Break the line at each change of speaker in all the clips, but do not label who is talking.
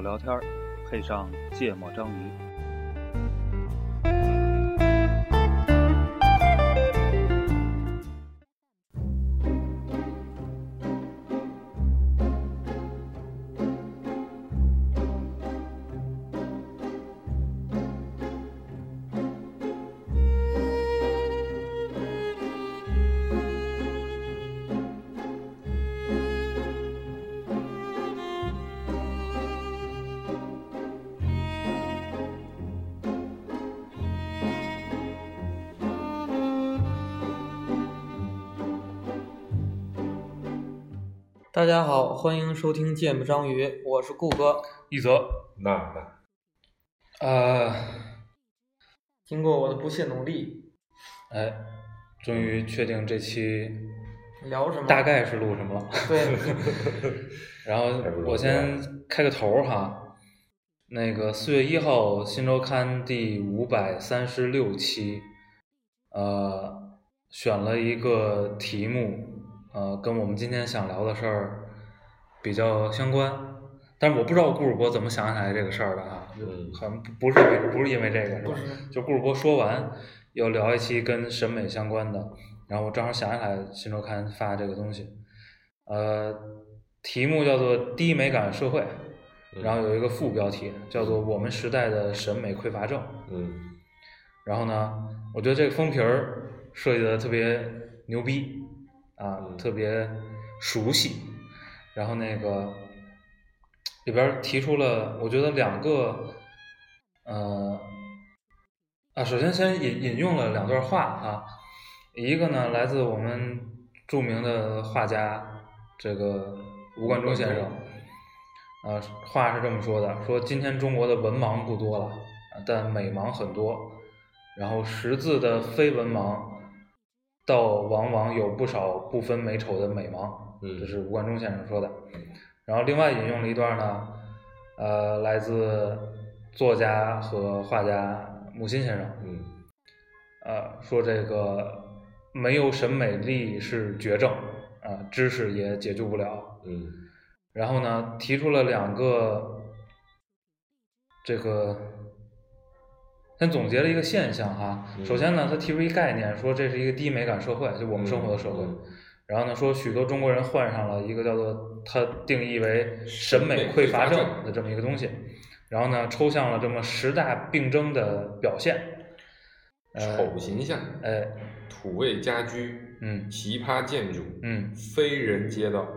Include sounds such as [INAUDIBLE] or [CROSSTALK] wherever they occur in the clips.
聊天儿，配上芥末章鱼。
大家好，欢迎收听《芥末章鱼》，我是顾哥。
一泽，
那那
呃，经过我的不懈努力，
哎，终于确定这期
聊什么？
大概是录什么了。
对，
然后
太不容易
我先开个头儿哈，那个四月一号《新周刊》第五百三十六期，呃，选了一个题目，呃，跟我们今天想聊的事儿比较相关。但是我不知道顾主播怎么想起来这个事儿的哈，
嗯
好像不是为不是因为这个是吧？
不是
就顾主播说完，要聊一期跟审美相关的，然后我正好想起来《新周刊》发这个东西，呃，题目叫做“低美感社会”，然后有一个副标题叫做“我们时代的审美匮乏症
嗯”。
然后呢，我觉得这个封皮儿设计的特别牛逼啊，
嗯
特别熟悉。然后那个里边儿提出了，我觉得两个，呃，啊，首先先引引用了两段话啊，一个呢来自我们著名的画家这个吴冠中先生，啊，话是这么说的：说今天中国的文盲不多了，啊但美盲很多，然后识字的非文盲，倒往往有不少不分美丑的美盲。
嗯
这是吴冠中先生说的。然后另外引用了一段呢，呃，来自作家和画家木心先生，
嗯
呃，说这个没有审美力是绝症，啊、知识也解救不了。
嗯
然后呢，提出了两个这个，先总结了一个现象哈。
嗯
首先呢，他提出一概念，说这是一个低美感社会，就我们生活的社会。
嗯
然后呢，说许多中国人患上了一个叫做他定义为审美匮乏症的这么一个东西，然后呢，抽象了这么十大病症的表现。呃
丑形象，
哎，
土味家居，
嗯
奇葩建筑，
嗯
非人街道，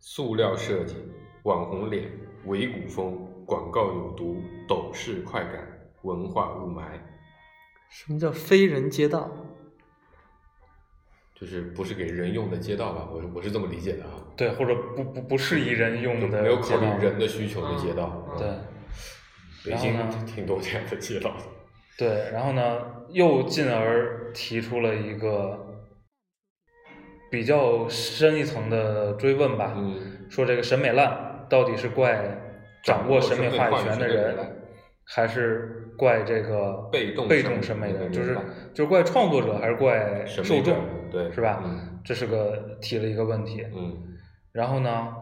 塑料设计，网红脸，伪古风，广告有毒，抖式快感，文化雾霾，
什么叫非人街道？
就是不是给人用的街道吧？我我是这么理解的啊，
对，或者不不不适宜人
就
用的
没有考
街道嗯
虑人的需求的街道。啊
对，
北
然后
京
呢
挺多这样的街道的。
对，然后呢，又进而提出了一个比较深一层的追问吧，
嗯
说这个审美烂到底是怪掌握审美话语权的
掌握审美话语权的
人
人，
还是怪这个
被动
被动审
审
美
美
的
的
人，
人
就是
吧
就是怪创作者还是怪
审
受
美
众
者，对
是吧？
嗯
这是个提了一个问题，
嗯
然后呢，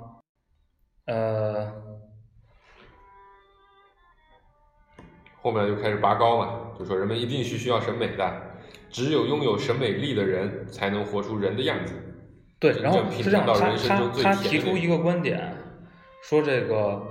呃，
后面就开始拔高嘛，就说人们一定是需要审美的，只有拥有审美力的人才能活出人的样子。
对，
真
然后
正品
是这样，
尝到
他
人生
他
中最
他
甜
提
的
出
那
一
种
个观点，说这个，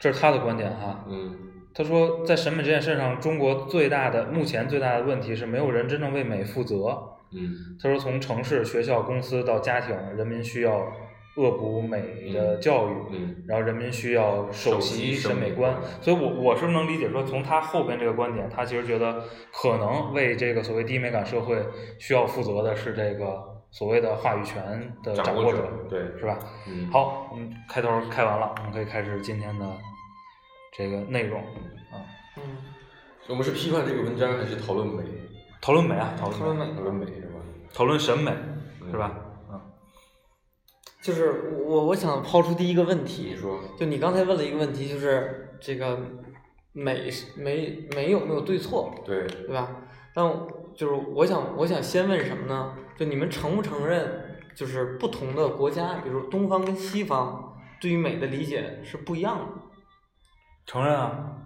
这是他的观点哈。
嗯
他说，在审美这件事上，中国最大的目前最大的问题是没有人真正为美负责。
嗯
他说，从城市、学校、公司到家庭，人民需要恶补美的
嗯
教育，
嗯
然后人民需要首
首
席
席
审
审
美
美
观
观，
所以我我是能理解说，从他后边这个观点，他其实觉得可能为这个所谓低美感社会需要负责的是这个所谓的话语权的呃掌
掌
握
握
者，
者对
是吧？
嗯，，
好，我们开头开完了，我们可以开始今天的这个内容啊，
嗯，
我们是批判这个文章还是讨论美？
讨论美啊，讨
讨论
论
美
美，
讨论美是吧？嗯
讨论审美是吧？
就是我我想抛出第一个问题
你，说，
就你刚才问了一个问题，就是这个美是美美有没有对错，
对，
对吧？但就是我想我想先问什么呢？就你们承不承认，就是不同的国家，比如东方跟西方，对于美的理解是不一样的。
承认啊。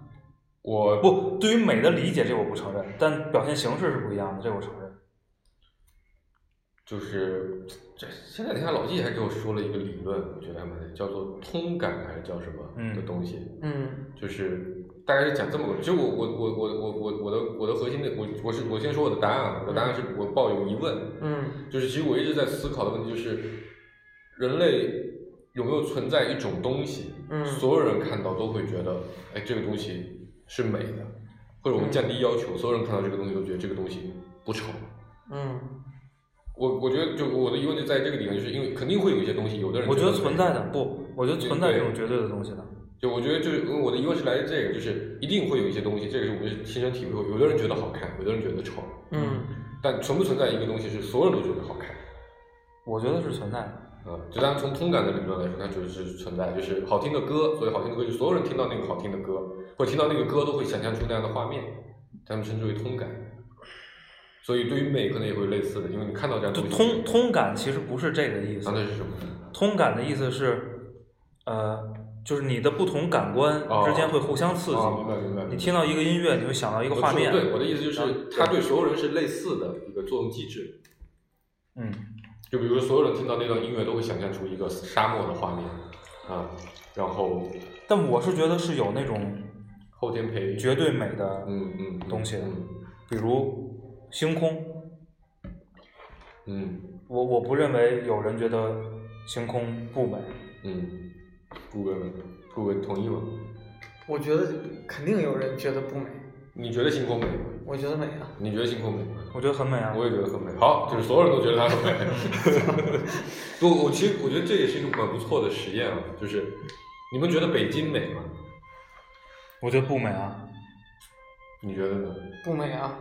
我
不，对于美的理解这我不承认，但表现形式是不一样的，这我承认。
就是这前两天老季还给我说了一个理论，我觉得还蛮叫做通感还是叫什么
嗯
的东西，
嗯
就是大概是讲这么个，就我我我我我我我的我的核心的我我是我先说我的答案啊，我的答案是我抱有疑问，
嗯
就是其实我一直在思考的问题就是，人类有没有存在一种东西，
嗯
所有人看到都会觉得，哎，这个东西是美的，或者我们
嗯
降低要求，所有人看到这个东西都觉得这个东西不丑。
嗯
我我觉得就我的疑问就在这个地方，就是因为肯定会有一些东西，有的人
我觉得
美
存在的不，我觉得存在这种绝对的东西的。
就我觉得就是我的疑问是来自这个，就是一定会有一些东西，这个是我们亲身体会过，有的人觉得好看，有的人觉得丑，
嗯
但存不存在一个东西是所有人都觉得好看？
我觉得是存在的。
啊，就咱从通感的理论来说，它就是存在，就是好听的歌，所以好听的歌就所有人听到那个好听的歌，或者听到那个歌都会想象出那样的画面，他们称之为通感。所以对于美可能也会有类似的，因为你看到这样的
呃就
东西，
通，通感其实不是这个意思
啊，。那是什么？
通感的意思是，呃，就是你的不同感官
哦
之间会互相刺激。
啊，明白明白。
你听到一个音乐，你会想到一
一
个画面。
对，我的意思就是
然后，
它对所有人是类似的一个作用机制。
嗯，
就比如说，所有人听到那段音乐都会想象出一个沙漠的画面啊，然后
但我是觉得是有那种
后天培
绝对美的
嗯嗯嗯
东西的
嗯
比如星空，
嗯
我我不认为有人觉得星空不美。
嗯，顾问顾问同意吗？
我觉得肯定有人觉得不美，
你觉得星空美吗？
我觉得美啊。
你觉得星空美吗？
我觉得很美啊。
我也觉得很美。好，就是所有人都觉得它很美。 [LAUGHS] 不，我其实我觉得这也是一个蛮不错的实验啊，就是你们觉得北京美吗？
我觉得不美啊。
你觉得呢？
不美啊，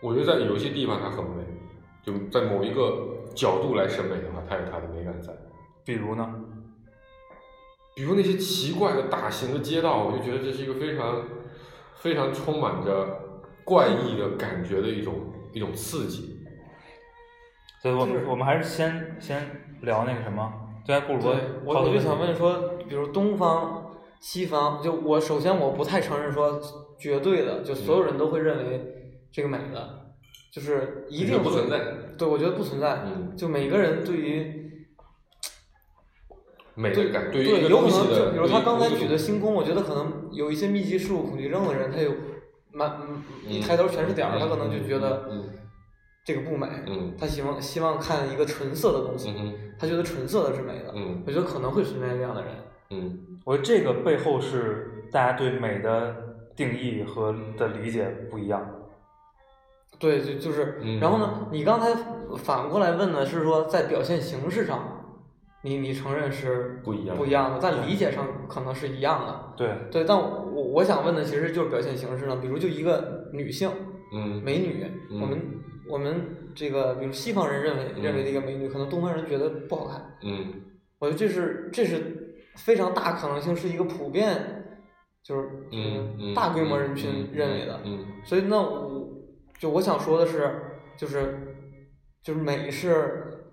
我觉得在有些地方它很美，就在某一个角度来审美的话，它有它的美感在。
比如呢？
比如那些奇怪的大型的街道，我就觉得这是一个非常非常充满着怪异的感觉的一种一种刺激。
所以我
就是
们我们还是先先聊那个什么，对啊，布鲁伯
对，我我就想问说，比如东方、西方，就我首先我不太承认说绝对的，就所有人都会认为这个美的，就是一定
不
会
存在。
对，我觉得不存在。
嗯
就每个人对于
美的感，对于一个
对，有可
东西
能
的，
就比如他刚才举的
对于一个东西
星空，我觉得可能有一些密集事物恐惧症的人，他有满嗯
嗯
一抬头全是点儿，他可能就觉得
嗯
这个不美，
嗯
他希望希望看一个纯色的东西，
嗯
他觉得纯色的是美的。
嗯
我觉得可能会存在这样的人。
嗯
我觉得这个背后是大家对美的定义和的理解不一样。
对，就就是，
嗯
然后呢，你刚才反过来问的是说，在表现形式上，你你承认是
不一样嗯
不一样的，在理解上可能是一样的，
对，
对。但我我想问的其实就是表现形式上，比如就一个女性
嗯
美女，
嗯
我们我们这个比如西方人认为认为的一个美女，可能东方人觉得不好看，
嗯
我觉得这是这是非常大可能性，是一个普遍就是
嗯嗯，
大规模人群认为的，
嗯
所以那我就我想说的是，就是就是美是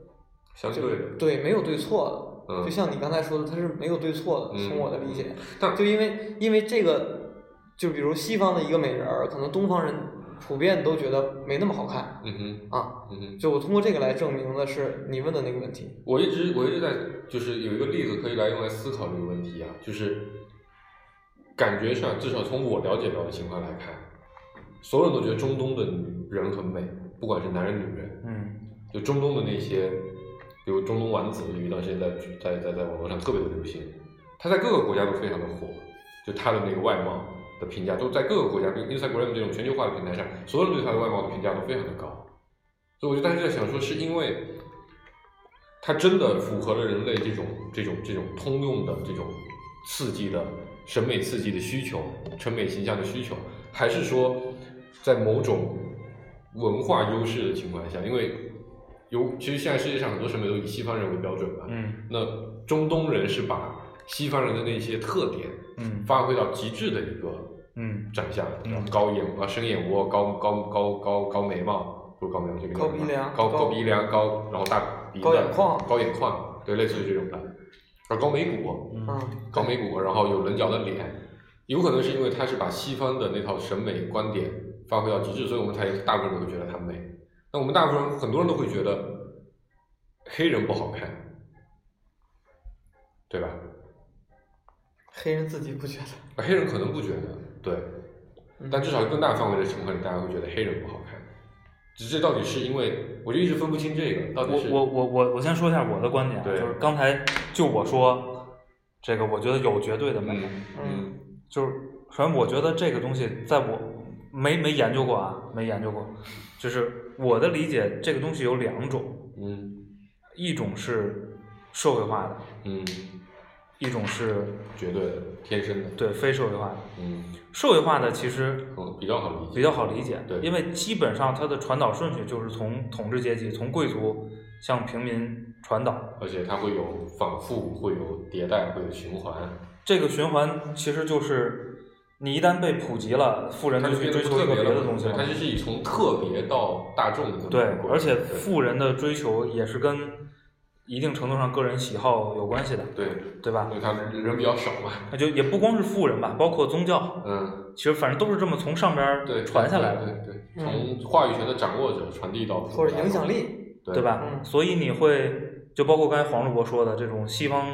相
就
对的，
对没有对错的，
嗯
就像你刚才说的，它是没有对错的。
嗯
从我的理解，
但
就因为因为这个，就比如西方的一个美人儿，可能东方人普遍都觉得没那么好看
嗯哼
啊。
嗯哼。
就我通过这个来证明的是你问的那个问题。
我一直我一直在就是有一个例子可以来用来思考这个问题啊，就是感觉上至少从我了解到的情况来看，所有人都觉得中东的女人很美，不管是男人女人，
嗯
就中东的那些，比如中东丸子，有一段时间在在在在网络上特别的流行，它在各个国家都非常的火，就它的那个外貌的评价都在各个国家，比如 Instagram 这种全球化的平台上，所有人对它的外貌的评价都非常的高，所以我就当时在想说，是因为它真的符合了人类这种这种这种通用的这种刺激的审美刺激的需求、审美形象的需求，还是说在某种文化优势的情况下，因为有其实现在世界上很多审美都以西方人为标准嘛，
嗯
那中东人是把西方人的那些特点
嗯
发挥到极致的一个
嗯
长相，
嗯
高眼啊，深眼窝，高高高高高眉毛，不是高眉毛，这个叫
高
什么
鼻梁
高
高
高鼻梁，高然后大鼻子，
高眼眶
高眼眶，对，类似于这种的，而高眉骨，
嗯
嗯，
高眉骨，然后有棱角的脸，有可能是因为它是把西方的那套审美观点发挥到极致，所以我们才大部分人会觉得它美。那我们大部分人很多人都会觉得黑人不好看，对吧？
黑人自己不觉得，
黑人可能不觉得，对，
嗯
但至少更大范围的情况里，大家会觉得黑人不好看。只是到底是因为，我就一直分不清这个到底
我
是嗯
我我我我先说一下我的观点啊，
对
就是刚才就我说这个，我觉得有绝对的美，
嗯嗯
就是首先我觉得这个东西在我没没研究过啊，没研究过，就是我的理解，这个东西有两种，
嗯
一种是社会化的，
嗯，
一种是
绝对的，天生的，
对非社会化的。
嗯，
社会化的其实
嗯比较好理解，
比较好理解，
对
因为基本上它的传导顺序就是从统治阶级、从贵族向平民传导，
而且它会有反复，会有迭代，会有循环，
这个循环其实就是你一旦被普及了，富人
它
就
就
去
变
追
得
求
不
一
特
个
别
别的
了，
东西
对
了
它。就是以从特别到大众的这么
对
一个，过程
而且
对
富人的追求也是跟一定程度上个人喜好有关系的，
对，
对吧
因？为他们人比较少嘛，
那就也不光是富人吧，包括宗教，
嗯，
其实反正都是这么从上边儿
对，
传下来
对
的，
对对，
嗯
从话语权的掌握者传递到
或者影响
力，
力，
对
对？吧？
嗯
所以你会就包括刚才黄主播说的这种西方，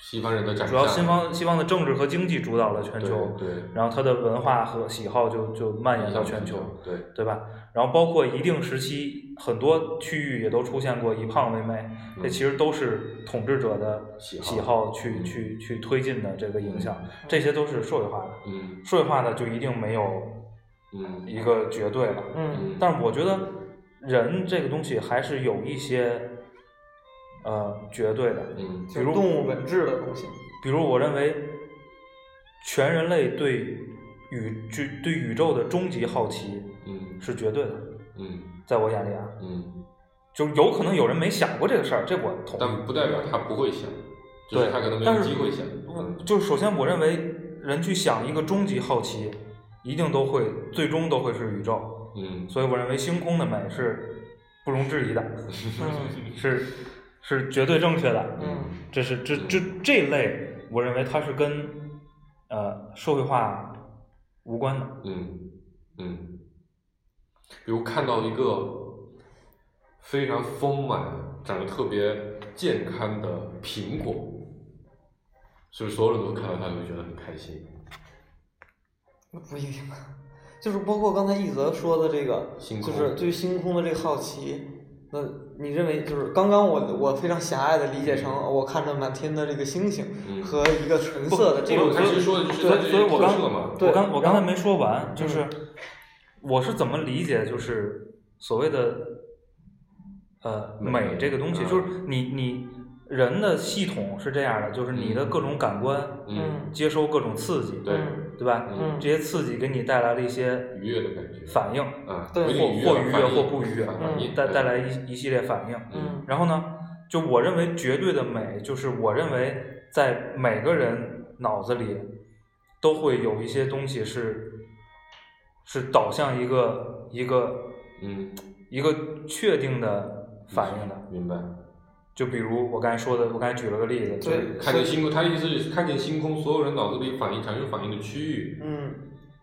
西方人的展
主要
现
西方西方的政治和经济主导了全球，
对对
然后它的文化和喜好就就蔓延到全球。，
对，
对吧？然后包括一定时期，很多区域也都出现过以胖为美，这其实都是统治者的
嗯喜好
喜好去
嗯
去去推进的这个影响，这些都是社会化的。
嗯
社会化的就一定没有
嗯
一个绝对了，
嗯，
嗯，
但是我觉得人这个东西还是有一些呃绝对的，
嗯
就是动物本质的东西，
比如我认为全人类对宇就对宇宙的终极好奇
嗯
是绝对的，
嗯
在我眼里啊，
嗯，
就是有可能有人没想过这个事儿，这我同意。
但不代表他不会想，就是
对
他可能没
但
有
是
机会想，
我
嗯
就是首先，我认为人去想一个终极好奇，一定都会最终都会是宇宙。
嗯
所以，我认为星空的美是不容置疑的，
嗯
是是绝对正确的。
嗯
这是这这这类，我认为它是跟呃社会化无关的。
嗯嗯，比如看到一个非常丰满、长得特别健康的苹果，是不是所有人都看到它都会觉得很开心？
那不一定， [LAUGHS] 就是包括刚才一泽说的这个，
星
就
空
是对星空的这个好奇。那你认为就是刚刚我我非常狭隘的理解成我看着满天的这个星星
嗯
和一个纯色的这
不
种，
不他其实说的就是
对
它
所
这
以
是
所以我
特
刚
色嘛
对
我刚
然
我刚
后
才没说完，就是
嗯
我是怎么理解就是所谓的呃
美
美这个东西，
嗯
就是你你人的系统是这样的，就是你的各种感官
嗯，
接收各种刺激，
对，
嗯
对吧？
嗯
这些刺激给你带来了一些
愉悦的感觉，
反应，
啊，
对
不一
或
定
或愉悦
反应
或不愉悦，嗯
反应嗯
带带来
对
一一系列反应。
嗯
然后呢，就我认为绝对的美，就是我认为在每个人脑子里都会有一些东西是是导向一个一个
嗯，
一个确定的反应的。
明白。
就比如我刚才说的，我刚才举了个例子，就
对
是
看见星空，他的意思是看见星空，所有人脑子里反应产生反应的区域，
嗯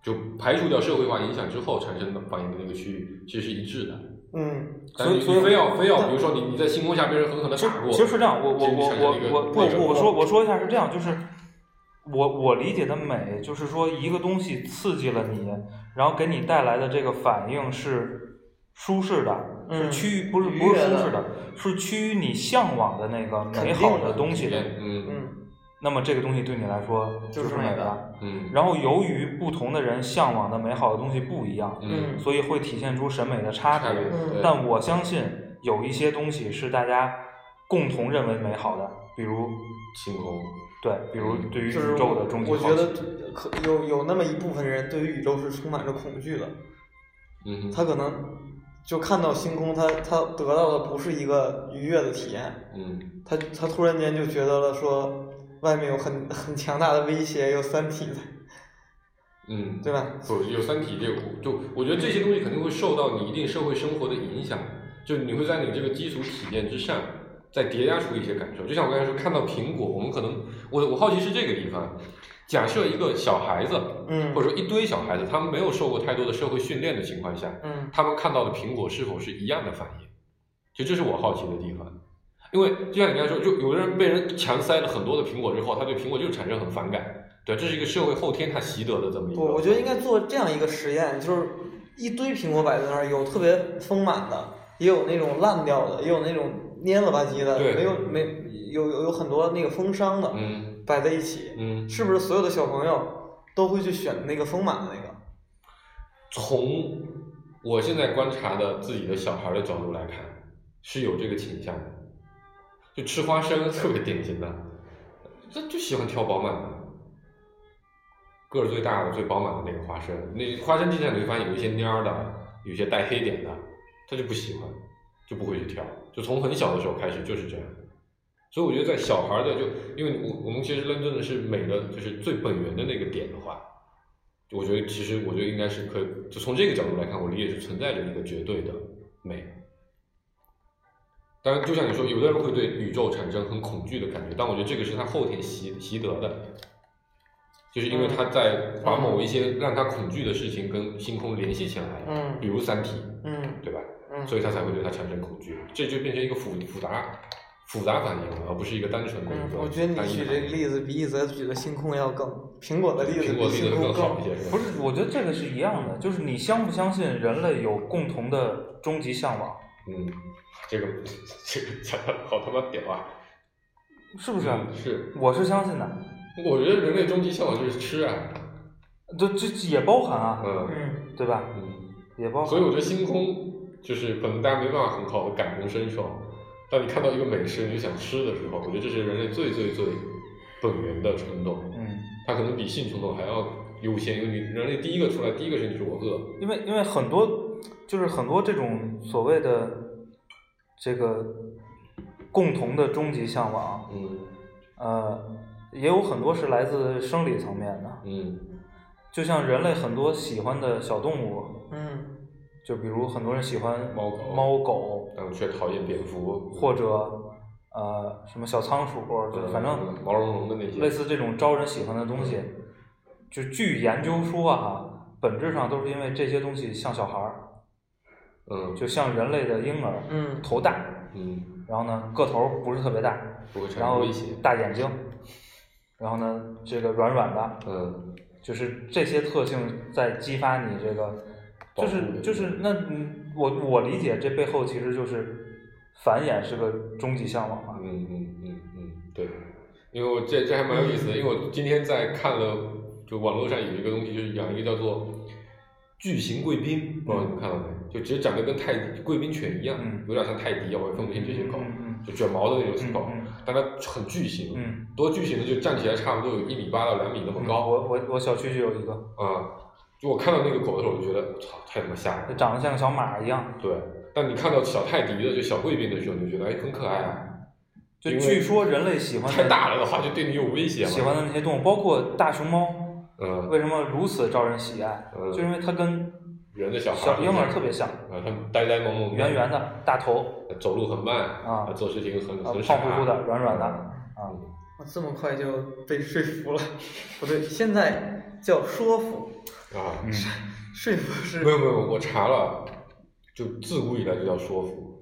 就排除掉社会化影响之后产生的反应的那个区域，其实是一致的。
嗯
但是你
所以所以
非要非要，
但
比如说你你在星空下被人狠狠的
其实
打过，
其实是这样，我我
这
我
产生
我
了一个
我
那个
我我说我说一下是这样，就是我我理解的美，就是说一个东西刺激了你，然后给你带来的这个反应是舒适的，
嗯
是趋于不是
愉
不是
悦
舒
的
适的，是趋于你向往的那个美
肯
好
定
的
的
东西的。
嗯
嗯
那么这个东西对你来说
就是是美
美
的
的。
嗯
然后由于不同的人向往的美好的东西不一样，
嗯
所以会体现出审美的差别。
差别，对
但我相信有一些东西是大家共同认为美好的，比如
星空，
对，比如
嗯
对于
就
宇
是
宙的终极
我
好
觉得
奇
可有有那么一部分人对于宇宙是充满着恐惧的，
嗯
他
哼，
可能就看到星空，他他得到的不是一个愉悦的体验，
嗯
他他突然间就觉得了说外面有很很强大的威胁，有三体在，
嗯，
对吧？
不有《三体》这个，就我觉得这些东西肯定会受到你一定社会生活的影响，就你会在你这个基础体验之上，再叠加出一些感受。就像我刚才说，看到苹果，我们可能我我好奇是这个地方，假设一个小孩子，
嗯
或者说一堆小孩子，他们没有受过太多的社会训练的情况下，
嗯
他们看到的苹果是否是一样的反应？就这是我好奇的地方，因为就像你刚才说，就有的人被人强塞了很多的苹果之后，他对苹果就产生很反感，对，这是一个社会后天他习得的这么一个。
我我觉得应该做这样一个实验，就是一堆苹果摆在那儿，有特别丰满的，也有那种烂掉的，也有那种蔫了吧唧的，
对
没有没有有有很多那个风伤的，
嗯
摆在一起，
嗯，
是不是所有的小朋友都会去选那个丰满的那个？
从我现在观察的自己的小孩的角度来看，是有这个倾向的。就吃花生特别典型的，他就喜欢挑饱满的，个儿最大的、最饱满的那个花生。那花生地上你会发现有一些蔫儿的，有一些带黑点的，他就不喜欢，就不会去挑。就从很小的时候开始就是这样。所以我觉得在小孩的就，因为我我们其实论证的是美的，就是最本源的那个点的话，我觉得其实我觉得应该是可以，就从这个角度来看，我理解是存在着一个绝对的美。当然，就像你说，有的人会对宇宙产生很恐惧的感觉，但我觉得这个是他后天习习得的，就是因为他在把某一些让他恐惧的事情跟星空联系起来，
嗯
比如《三体》，
嗯
对吧？
嗯，
所以他才会对它产生恐惧，这就变成一个复复杂复杂反应了，而不是一个单纯的
嗯
一个。，
我觉得你举这个例
子，
子比一泽举的星空要更苹果的例子
苹
比
果例子
星空
更好一些，是
不
吧？
是，我觉得这个是一样的，就是你相不相信人类有共同的终极向往，
嗯，这个这个讲的好他妈屌啊！
是不是？啊
嗯是，
我是相信的，
我觉得人类终极向往就是吃啊，
这这也包含啊，
嗯
嗯，
对吧？
嗯，
也包含。
所以我觉得星空就是可能大家没办法很好的感同身受，当你看到一个美食你就想吃的时候，我觉得这是人类最最最本源的冲动。
嗯，
它可能比性冲动还要优先，因为你人类第一个出来第一个声音就是我饿，
因为因为很多就是很多这种所谓的这个共同的终极向往，
嗯
呃，也有很多是来自生理层面的，
嗯
就像人类很多喜欢的小动物，
嗯
就比如很多人喜欢
猫狗
猫狗
但我却讨厌蝙蝠
或者呃什么小仓鼠，就
嗯
反正
嗯毛茸茸的那些
类似这种招人喜欢的东西，就据研究说啊，本质上都是因为这些东西像小孩儿，
嗯
就像人类的婴儿，
嗯
头大，
嗯
然后呢个头不是特别大，
不会产
然后
生威胁，
大眼睛，然后呢这个软软的，
嗯
就是这些特性在激发你这个，就
保护
是
你
就是那嗯我我理解这背后其实就是繁衍是个终极向往嘛，
嗯嗯嗯嗯对，因为我这这还蛮有意思的，因为我今天在看了，就网络上有一个东西，就是养一个叫做巨型贵宾，不知道你们看到没？就其实长得跟泰迪贵宾犬一样，
嗯
有点像泰迪啊，我也分不清这些狗，
嗯
就卷毛的那种狗，
嗯
但它很巨型，
嗯嗯，
多巨型的就站起来差不多有一米八到两米那么
高
高
我我我小区就有一个，
啊、就我看到那个狗的时候，我就觉得我操，太他妈吓人
就
了。
长得像个小马一样，
对，但你看到小泰迪的就小贵宾的时候，你就觉得哎很可爱啊。
就
因为
据说人类喜欢的
[LAUGHS] 太大了的话，就对你有威胁嘛。
嗯喜欢的那些动物，包括大熊猫，
嗯
为什么如此招人喜爱？
嗯，
就因为它跟
人的小孩
小婴儿特别像，
啊，他们呆呆萌萌的，
圆圆的大头，
走路很慢
啊
做事情很
啊
很傻
胖乎乎的软软的
嗯
啊，
我这么快就被说服了，不对，现在叫说服，
啊。
嗯，
说服是
没有没有，我查了，就自古以来就叫说服，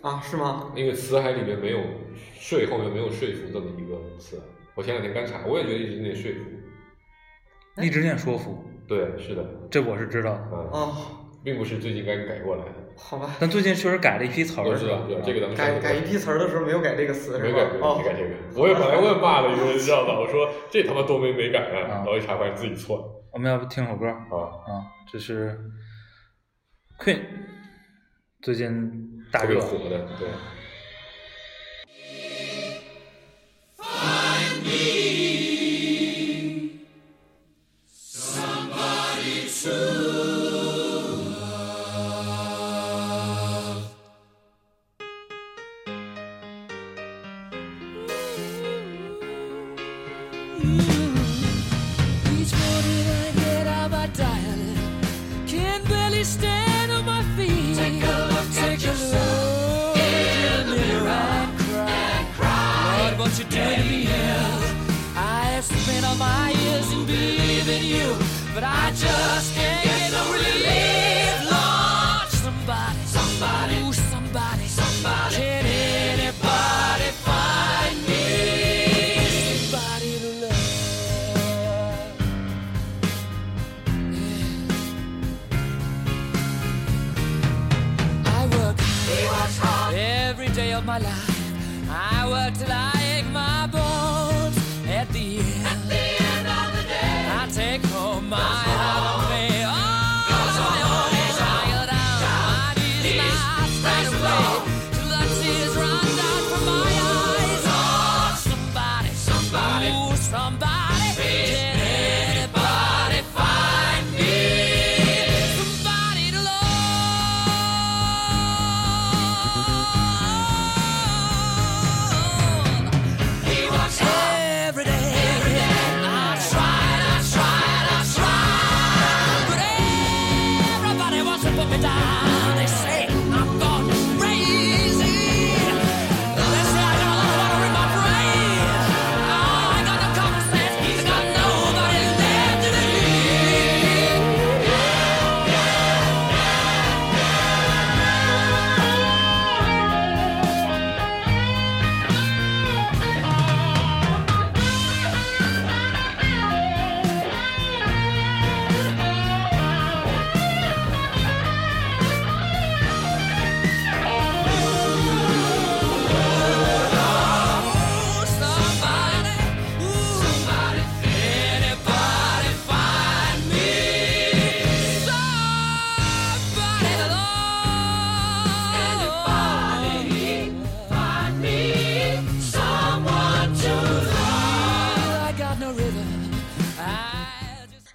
啊，是吗？
因为词海里面没有“说”后面没有“说服”这么一个词。我前两天刚查，我也觉得一直念“说服”。
一直念说服，
对，是的，
这我是知道的。
嗯，
哦，
并不是最近刚改过来的。
好吧，
但最近确实改了一批词
我
儿，
知
是吧
道，？知道这个咱们
改
上次
改一批词儿的时候没有改这个词
没
是吧
改这？个，
哦
没，改这个。我也本来我也骂了一个，你知道吧？我说这他妈多没美感啊！然后一查发现自己错了
我们要不听首歌啊？
啊。
这是 Queen 最近大
特别
热，
火的，对。
Each morning I get out my diary. Can barely stand on my feet. Take a look Take at yourself. In the mirror, I cry. Lord, what you doing to me? I spend all my you, but I just can't get no relief. Lord, somebody, somebody, ooh, somebody, somebody. Can anybody find me somebody to love? I work. Every day of my life, I work till I ache my bones. At the end, at the end of the day, I take home my heart of pay. Oh, my own I go down, my knees not straight away till the tears run down from my eyes. Oh, somebody, somebody, ooh, somebody, can anybody find me somebody to love? He walks every day. Every day. I tried, I tried, I tried. But everybody wants to put me down. They say I'm gone crazy. They say I got a lot of water in my brain. Oh, I got no common sense. I got nobody left to believe. Somebody, somebody, anybody find me? Somebody to love. find me someone to love. I got no rhythm. I just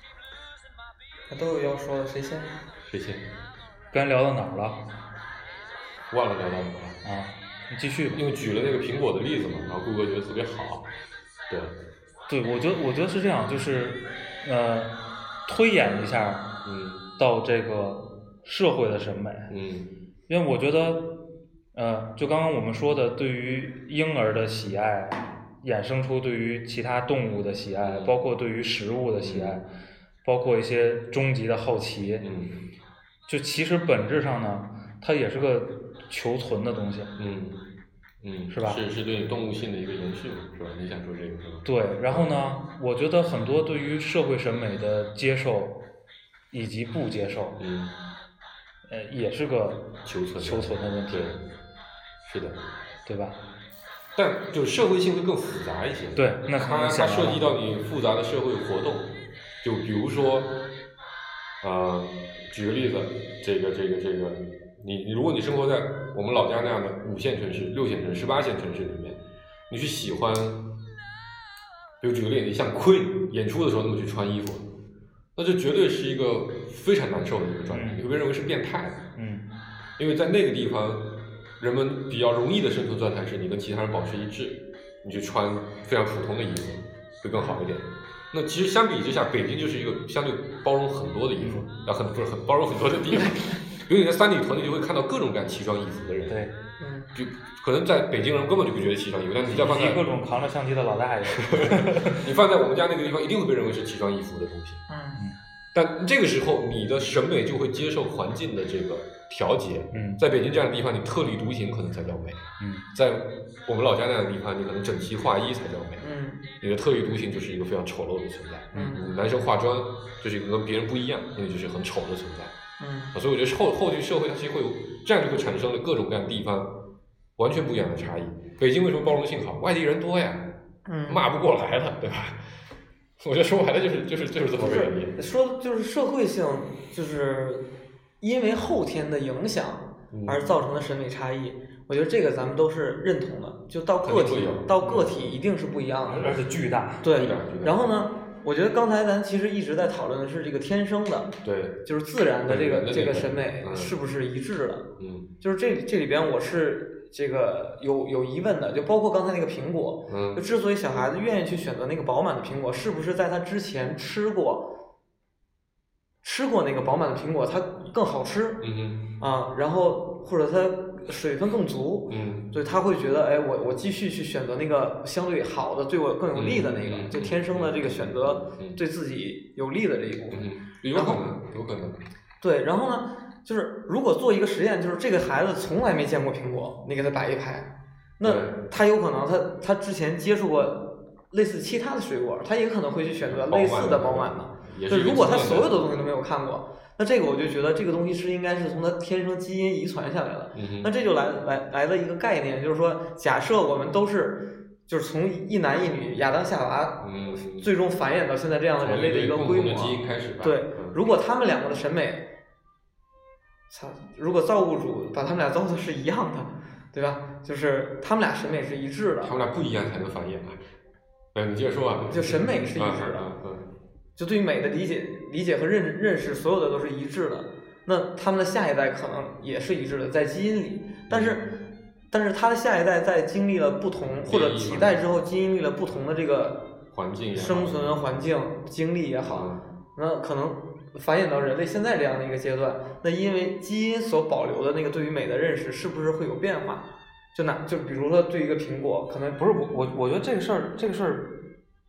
他都有要说的，谁先？
谁先？
刚才聊到哪儿了？
忘了聊到哪了，
啊，你继续吧。
因为举了那个苹果的例子嘛，然后顾哥觉得特别好，对，
对，我觉得我觉得是这样，就是呃，推演一下
嗯
到这个社会的审美，
嗯
因为我觉得，呃，就刚刚我们说的，对于婴儿的喜爱，衍生出对于其他动物的喜爱，
嗯
包括对于食物的喜爱，包括一些终极的好奇，
嗯
就其实本质上呢，它也是个求存的东西。
嗯嗯，
是吧
是是对动物性的一个延续嘛，是吧？你想说这个是吧？
对，然后呢，我觉得很多对于社会审美的接受以及不接受，
嗯，
呃，也是个
求存
求存的问题
对，是的，
对吧？
但就是社会性会更复杂一些。
对那肯
它
定
它
显然
涉
了
及到你复杂的社会活动，就比如说，呃，举个例子，这个这个这个，你你如果你生活在我们老家那样的五线城市、六线城市、八线城市里面，你去喜欢，比如举个例子，你像昆演出的时候那么去穿衣服，那这绝对是一个非常难受的一个状态，
嗯
你会被认为是变态的。
嗯
因为在那个地方，人们比较容易的生存状态是你跟其他人保持一致，你去穿非常普通的衣服会更好一点。那其实相比之下，北京就是一个相对包容很多的衣服，啊，很不是很包容很多的地方。比如你在三里屯，你就会看到各种各样奇装异服的人，
对，
嗯，
就可能在北京人根本就不觉得奇装异服，但是你在放
以及
在
各种扛着相机的老大 [LAUGHS] 爷，
你放在我们家那个地方，一定会被认为是奇装异服的东西。
嗯，
但这个时候，你的审美就会接受环境的这个调节。
嗯
在北京这样的地方，你特立独行可能才叫美；
嗯
在我们老家那样的地方，你可能整齐划一才叫美。
嗯，
你的特立独行就是一个非常丑陋的存在。
嗯，
男生化妆就是一个跟别人不一样，那个就是很丑的存在。
嗯，
啊所以我觉得后后续社会它其实会有这样就会产生了各种各样的地方完全不一样的差异。北京为什么包容性好？外地人多呀，
嗯，
骂不过来了，对吧？ [LAUGHS] 我觉得说白了就是就是就是这么
不
个原因。
是说的就是社会性，就是因为后天的影响
嗯
而造成的审美差异。我觉得这个咱们都是认同的，就到个
肯定
体
会有嗯
到个体一定是不一样的。
而且巨大，
对
对的对的，
然后呢，我觉得刚才咱其实一直在讨论的是这个天生的，
对，
就是自然的这
对
个
对
这个
对
审美
嗯
是不是一致的？
嗯
就是这里这里边我是这个有有疑问的，就包括刚才那个苹果，就
嗯
之所以小孩子愿意去选择那个饱满的苹果，是不是在他之前吃过吃过那个饱满的苹果，它更好吃
嗯哼
啊？然后或者他水分更足，
嗯，
所以他会觉得，哎，我我继续去选择那个相对好的、对我更有利的那个，
嗯嗯
就天生的这个选择
嗯
对自己有利的这一部分。
嗯，有可能，有可能，
对，然后呢，就是如果做一个实验，就是这个孩子从来没见过苹果，你给他摆一排，那
对
他有可能他他之前接触过类似其他的水果，他也可能会去选择呃类似的饱满的。
也
对，
是一个
如果他
经
所
验
有的东西都没有看过，那这个我就觉得这个东西是应该是从他天生基因遗传下来的。
嗯哼
那这就来来来了一个概念，就是说，假设我们都是就是从一男一女亚当夏娃
嗯，
最终繁衍到现在这样的人类的一个
从
规
共同的
模，啊
基因开始吧。
对
嗯，
如果他们两个的审美，操，如果造物主把他们俩造的是一样的，对吧？就是他们俩审美是一致的
他，们俩不一样才能繁衍嘛。嗯，你接着说啊。
就审美是一致的，
嗯嗯
就对美的理解、理解和认认识，所有的都是一致的。那他们的下一代可能也是一致的，在基因里，但是，但是他的下一代在经历了不同或者几代之后，经历了不同的这个
嗯，环境也好
生存环境、经历也好，
嗯
那可能繁衍到人类现在这样的一个阶段，那因为基因所保留的那个对于美的认识，是不是会有变化？就哪就比如说对一个苹果，可能
不是我我我觉得这个事儿这个事儿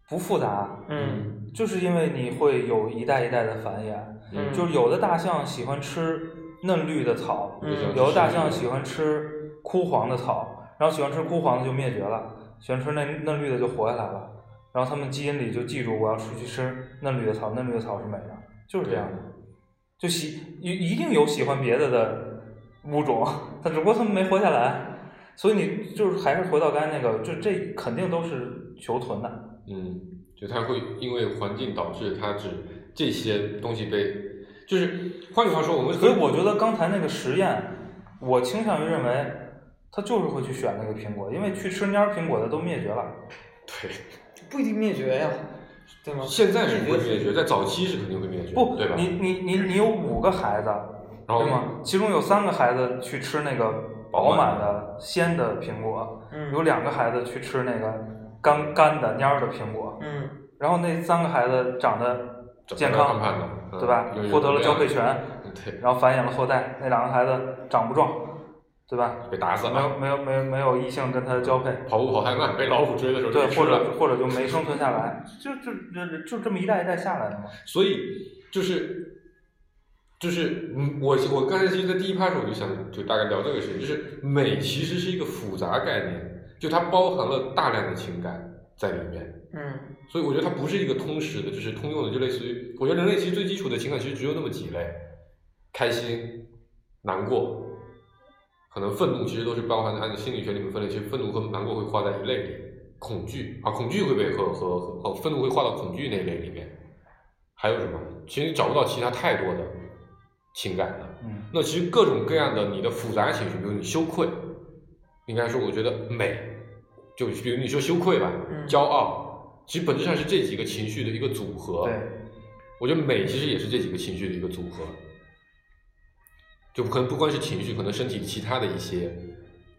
不复杂，
嗯
就是因为你会有一代一代的繁衍，
嗯
就是有的大象喜欢吃嫩绿的草，
嗯
有的大象喜欢吃枯黄的草，然后喜欢吃枯黄的就灭绝了，喜欢吃嫩嫩绿的就活下来了，然后他们基因里就记住我要出去吃嫩绿的草，嫩绿的草是美的，就是这样的，就喜一一定有喜欢别的的物种， [LAUGHS] 但只不过他们没活下来，所以你就是还是回到刚才那个，就这肯定都是求存的，
嗯，就它会因为环境导致它只这些东西被，就是换句话说，我们
所以我觉得刚才那个实验，我倾向于认为。他就是会去选那个苹果，因为去吃蔫儿苹果的都灭绝了。
对
不一定灭绝呀，对吗？
现在是不会
灭
灭绝，在早期是肯定会灭绝，
不，
对吧？
你你你你有五个孩子，
然后
对吗？其中有三个孩子去吃那个饱满的鲜的苹果，
嗯
有两个孩子去吃那个干干的蔫儿的苹果，
嗯
然后那三个孩子长得
长得
健
胖胖的
康，
嗯
对吧
有？有
获得了
流量
交配权，
嗯对
然后繁衍了后代。那两个孩子长不壮，对吧？
被打死
没有
了，
没有没有没有异性跟他交配，
跑步跑太慢，被老虎追的时候
对，
被吃
或
了
者或者就没生存下来，就就就就这么一代一代下来的嘛。
所以就是就是嗯，我我刚才其实，在第一趴的时候我就想就大概聊这个事情，就是美其实是一个复杂概念，就它包含了大量的情感在里面，
嗯
所以我觉得它不是一个通识的，就是通用的，就类似于我觉得人类其实最基础的情感其实只有那么几类，啊开心、难过。可能愤怒其实都是包含在按心理学里面分类，其实愤怒和难过会划在一类里，恐惧啊，恐惧会被和和和和愤怒会划到恐惧那一类里面。还有什么？其实你找不到其他太多的情感了。
嗯，
那其实各种各样的你的复杂情绪，比如你羞愧，应该说我觉得美，就比如你说羞愧吧，
嗯
骄傲，其实本质上是这几个情绪的一个组合。
对，
我觉得美其实也是这几个情绪的一个组合，就可能不光是情绪，可能身体其他的一些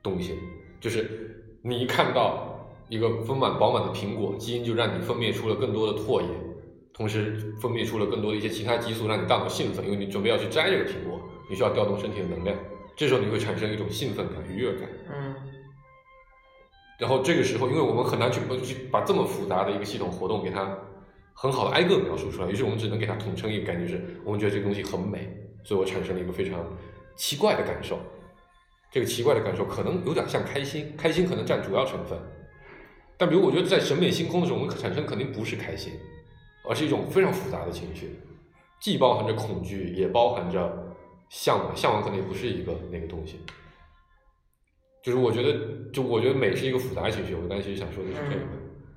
东西，就是你一看到一个丰满饱满的苹果，基因就让你分泌出了更多的唾液，同时分泌出了更多的一些其他激素，让你大脑兴奋，因为你准备要去摘这个苹果，你需要调动身体的能量，这时候你会产生一种兴奋感、愉悦感。
嗯
然后这个时候，因为我们很难去去把这么复杂的一个系统活动给它很好的挨个描述出来，于是我们只能给它统称一个概念，就是我们觉得这个东西很美，所以我产生了一个非常奇怪的感受。这个奇怪的感受可能有点像开心，开心可能占主要成分，但比如我觉得在审美星空的时候，我们产生肯定不是开心，而是一种非常复杂的情绪，既包含着恐惧，也包含着向往，向往可能也不是一个那个东西。就是我觉得，就我觉得美是一个复杂情绪，我刚才其实想说的是这个，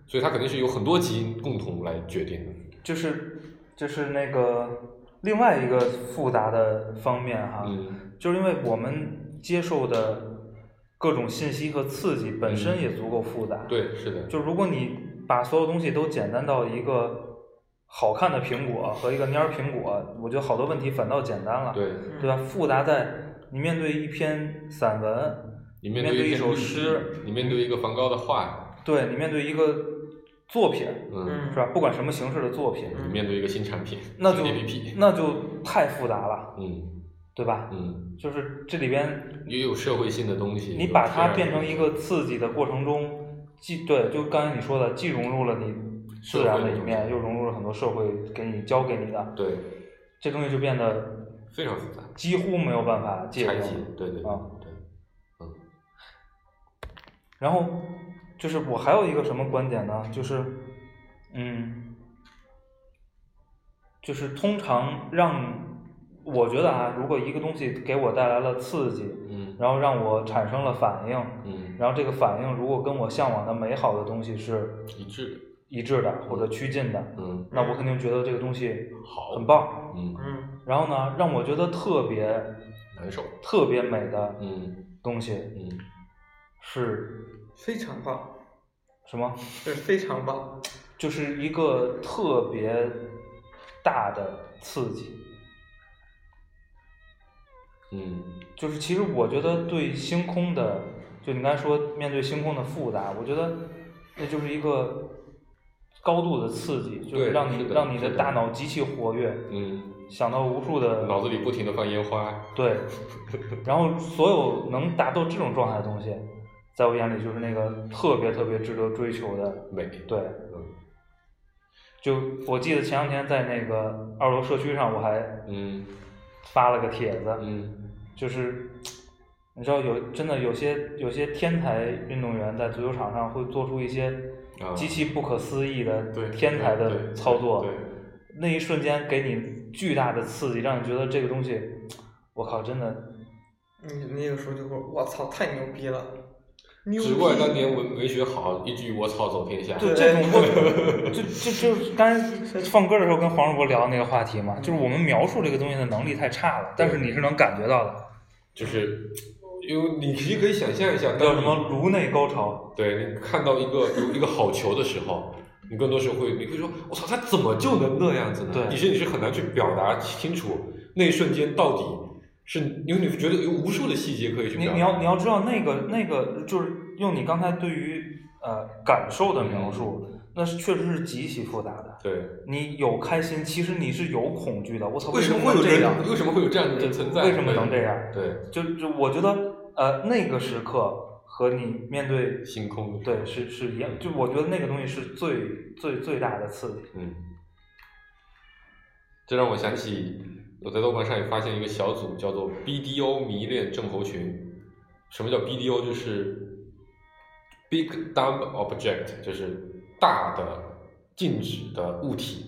所以它肯定是有很多基因共同来决定的。
就是就是那个另外一个复杂的方面哈，
嗯
就是因为我们接受的各种信息和刺激本身
嗯
也足够复杂。，
对，是的，
就如果你把所有东西都简单到一个好看的苹果和一个蔫儿苹果，我觉得好多问题反倒简单了。，
对，
嗯
啊
对吧？复杂在你面对一篇散文，
你
面
面对
一
篇
首
律
诗，
诗，你面对一个梵高的画，
对你面对一个作品，
嗯，
嗯
是吧？不管什么形式的作品，
嗯
你面对一个新产品
那就
APP，
那就太复杂了。
嗯，
对吧？
嗯，
就是这里边
也有社会性的东西。
你把它变成一个刺激的过程中，既对，就刚才你说的，既融入了你自然的一面，又融入了很多社会给你教给你的，
对，
这东西就变得
非常复杂，
几乎没有办法界
拆
定
解。，对对对
啊
对，
然后就是我还有一个什么观点呢？就是，嗯，就是通常让我觉得啊，如果一个东西给我带来了刺激，
嗯
然后让我产生了反应，
嗯，
然后这个反应如果跟我向往的美好的东西是
一致
一致的或者趋近的，
的，嗯，
那我肯定觉得这个东西
好，
很，棒。
嗯，
嗯
然后呢，让我觉得特别
难受，
特别美的
嗯
东西
嗯，
是
非常棒，
什么？
这是非常棒。
就是一个特别大的刺激。
嗯
就是其实我觉得对星空的，就你刚才说面对星空的复杂，我觉得那就是一个高度的刺激，就是
对
让
是
你
的
让你
是
的
的
大脑极其活跃，
嗯，
想到无数的
脑子里不停的放烟花， [LAUGHS]
对，然后所有能达到这种状态的东西，在我眼里就是那个特别特别值得追求的。
美，，
对，
嗯
就我记得前两天在那个二楼社区上，我还
嗯
发了个帖子，
嗯
就是你知道有真的有些有些天才运动员在足球场上会做出一些
啊
极其不可思议的
对
天才
对对
的操作，
对
那一瞬间给你巨大的刺激，让你觉得这个东西，我靠，真的
你那个时候就会，我操，太牛逼了！牛逼
只怪当年文文学好，一句我操走天下，
就
对
这种过程，就就就是刚才放歌的时候跟黄世博聊那个话题嘛，就是我们描述这个东西的能力太差了，但是你是能感觉到的，
就是因为你其实可以想象一下，
叫
当
什
你
么颅内高潮，
对你看到一个有一个好球的时候，你更多时候会你会说，我操，他怎么就能那样子呢？
对
你是你是很难去表达清楚那一瞬间到底是，因为你觉得有无数的细节可以去
你
表达。
你要你要知道那个那个就是用你刚才对于呃感受的描述，
嗯
那是确实是极其复杂的。
对，
你有开心，其实你是有恐惧的。我操，
为什么会
能
有
这样？
人？为什么会有这样的人存在？
为什么能这样？
对？
就就我觉得呃那个时刻和你面对
对，星空。
对，是是一样，就我觉得那个东西是最最最大的刺激。
嗯，这让我想起我在豆瓣上也发现一个小组叫做 BDO 迷恋症候群。什么叫 BDO？就是 Big Dumb Object，就是大的静止的物体。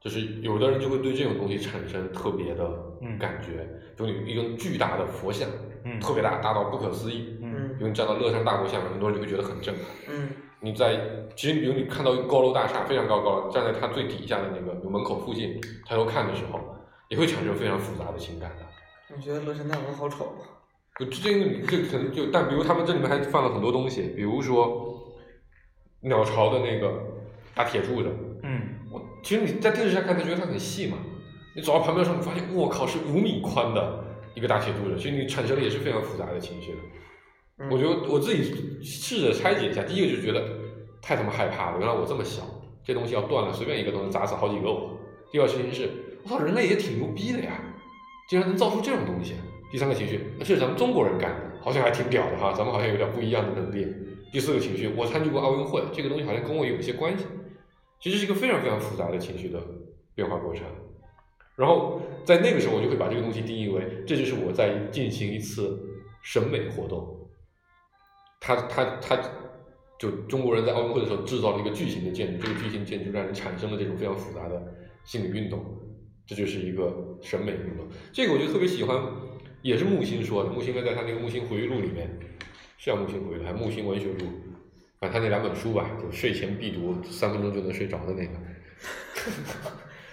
就是有的人就会对这种东西产生特别的
嗯
感觉，就你一个巨大的佛像，
嗯
特别大，大到不可思议。
嗯
嗯
比如你站到乐山大佛像，很多人就会觉得很震撼。
嗯
你在其实，比如你看到一个高楼大厦，非常高高，站在它最底下的那个门口附近抬头看的时候，也会产生非常复杂的情感的。
你觉得乐山大佛好丑吗？
就这个你这可能就，但比如他们这里面还放了很多东西，比如说鸟巢的那个大铁柱子，
嗯
我其实你在电视上看，他觉得它很细嘛，你走到旁边的时候，你发现我靠是五米宽的一个大铁柱子，其实你产生的也是非常复杂的情绪的。
嗯
我觉得我自己试着拆解一下，第一个就觉得太他妈害怕了，原来我这么小，这东西要断了，随便一个都能砸死好几个我。第二个事情是，我操，人类也挺牛逼的呀，竟然能造出这种东西。啊第三个情绪，那这是咱们中国人干的，好像还挺屌的哈，咱们好像有点不一样的能力。第四个情绪，我参与过奥运会，这个东西好像跟我有一些关系。其实是一个非常非常复杂的情绪的变化过程。然后在那个时候，我就会把这个东西定义为，这就是我在进行一次审美活动。他他他，就中国人在奥运会的时候制造了一个巨型的建筑，这个巨型建筑让人产生了这种非常复杂的心理运动，这就是一个审美运动。这个我就特别喜欢，也是木心说的，木心哥在他那个《木心回忆录》里面，是叫《木心回忆录》还是《木心文学录》，反正他那两本书吧，就睡前必读，三分钟就能睡着的
[LAUGHS]
那个。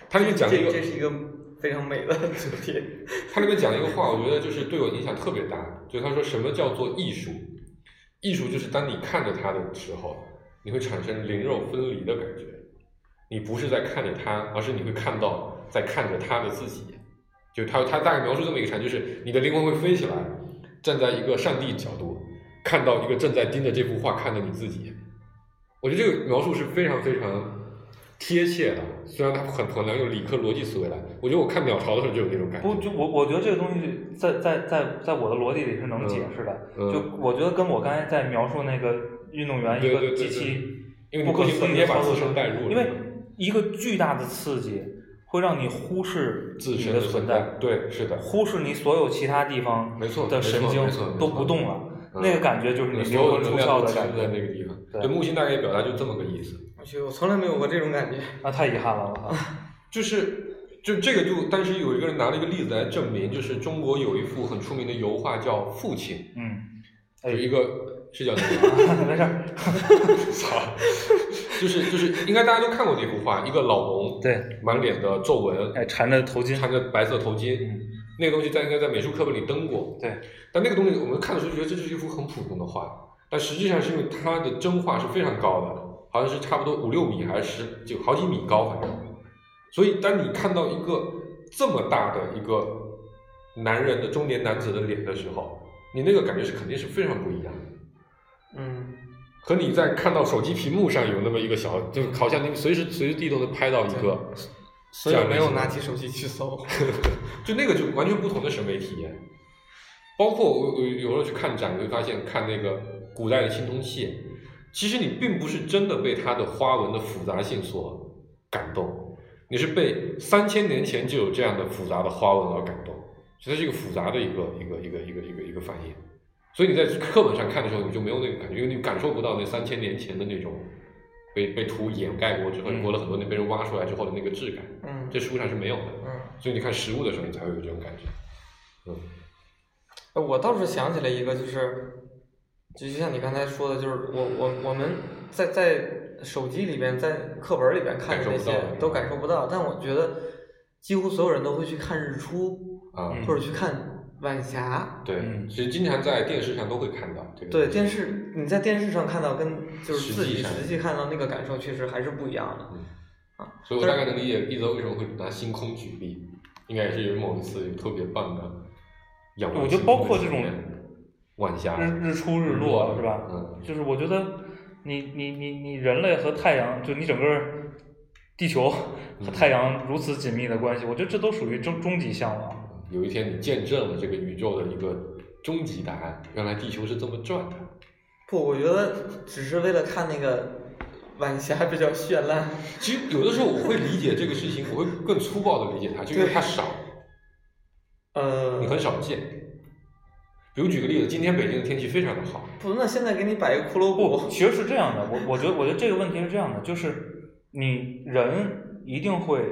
他里面讲了一
这
个，
这是一个非常美的主题。
[LAUGHS] 他里面讲了一个话，我觉得就是对我影响特别大。就他说什么叫做艺术？艺术就是当你看着它的时候，你会产生灵肉分离的感觉。你不是在看着它，而是你会看到在看着它的自己。就他他大概描述这么一个场景，就是你的灵魂会飞起来，站在一个上帝角度，看到一个正在盯着这幅画看的你自己。我觉得这个描述是非常非常贴切的，虽然它很衡量用理科逻辑思维来，我觉得我看鸟巢的时候就有那种感觉。
不，就我我觉得这个东西在在在在我的逻辑里是能解释的。
嗯嗯
就我觉得跟我刚才在描述那个运动员一
对对
个
对
机
对
器
因为你
不可
不行
思议
你
的
也把
操作
自身带入了
因为一个巨大的刺激会让你忽视
自
你
身
的存
存
在，
对，是的，
忽视你所有其他地方
没错
的
没错
神经
没错没错
都不动了，
嗯
那个感觉就是你
所有
灵魂
能
出
量
窍
都
的
集
感
中在
觉。
那个地方。
对
对，木星大概表达就这么个意思。
我去，我从来没有过这种感觉。
那啊太遗憾了，我啊操！
就是就这个就，但是有一个人拿了一个例子来证明，就是中国有一幅很出名的油画叫《父亲 [LAUGHS]
嗯，》，哎
有一个是叫那个
[LAUGHS] 没事儿，
[LAUGHS] 操，就是就是应该大家都看过这幅画，一个老农
对，
满脸的皱纹，
哎，缠着头巾，
穿着白色头巾，
嗯，
那个东西在应该在美术课本里登过，
对，
但那个东西我们看的时候觉得这就是一幅很普通的画，但实际上是因为它的真画是非常高的，好像是差不多五六米还是十就好几米高，反正。所以当你看到一个这么大的一个男人的中年男子的脸的时候，你那个感觉是肯定是非常不一样的。
嗯，
和你在看到手机屏幕上有那么一个小，就是好像你随时随地都能拍到一个，
所以我没有拿起手机去 [LAUGHS] 搜。
就那个就完全不同的审美体验。包括我我有时候去看展，你会发现看那个古代的青铜器，其实你并不是真的被它的花纹的复杂性所感动，你是被三千年前就有这样的复杂的花纹而感动，所以它是一个复杂的一个一个一个一个一个一个反应。所以你在课本上看的时候，你就没有那个感觉，因为你感受不到那三千年前的那种被被土掩盖过之后，
嗯
过了很多年被人挖出来之后的那个质感，
嗯
这书上是没有的。
嗯，
所以你看实物的时候，你才会有这种感觉。嗯，
哎我倒是想起来一个，就是，就就像你刚才说的，就是我我我们在在手机里边，在课本里边看的那
感受
些
不到
都感受不到，但我觉得几乎所有人都会去看日出，
啊，
嗯
或者去看晚霞。
对，
嗯
其实经常在电视上都会看到这个。
对电。视，你在电视上看到跟就是
实
自
际
己
上
实际看到那个感受，确实还是不一样的。
嗯
啊，
所以我
但
大
是
概能理解一泽为什么会拿星空举例，应该也是有某一次有特别棒的仰望
我觉
星
得
空
包
的
括
体
这种
验晚霞、
日日出日落是吧？
嗯，
就是我觉得你你你你人类和太阳，就你整个地球
嗯
和太阳如此紧密的关系，我觉得这都属于终终极向往。
有一天你见证了这个宇宙的一个终极答案，原来地球是这么转的。
不，我觉得只是为了看那个晚霞比较绚烂。
其实有的时候我会理解这个事情，我会更粗暴的理解它，就因为它少。
呃，
你很少见。比如举个例子，今天北京的天气非常的好，
不，那现在给你摆一个骷髅
不，
骨，
其实是这样的，我我觉得我觉得这个问题是这样的，就是你人一定会，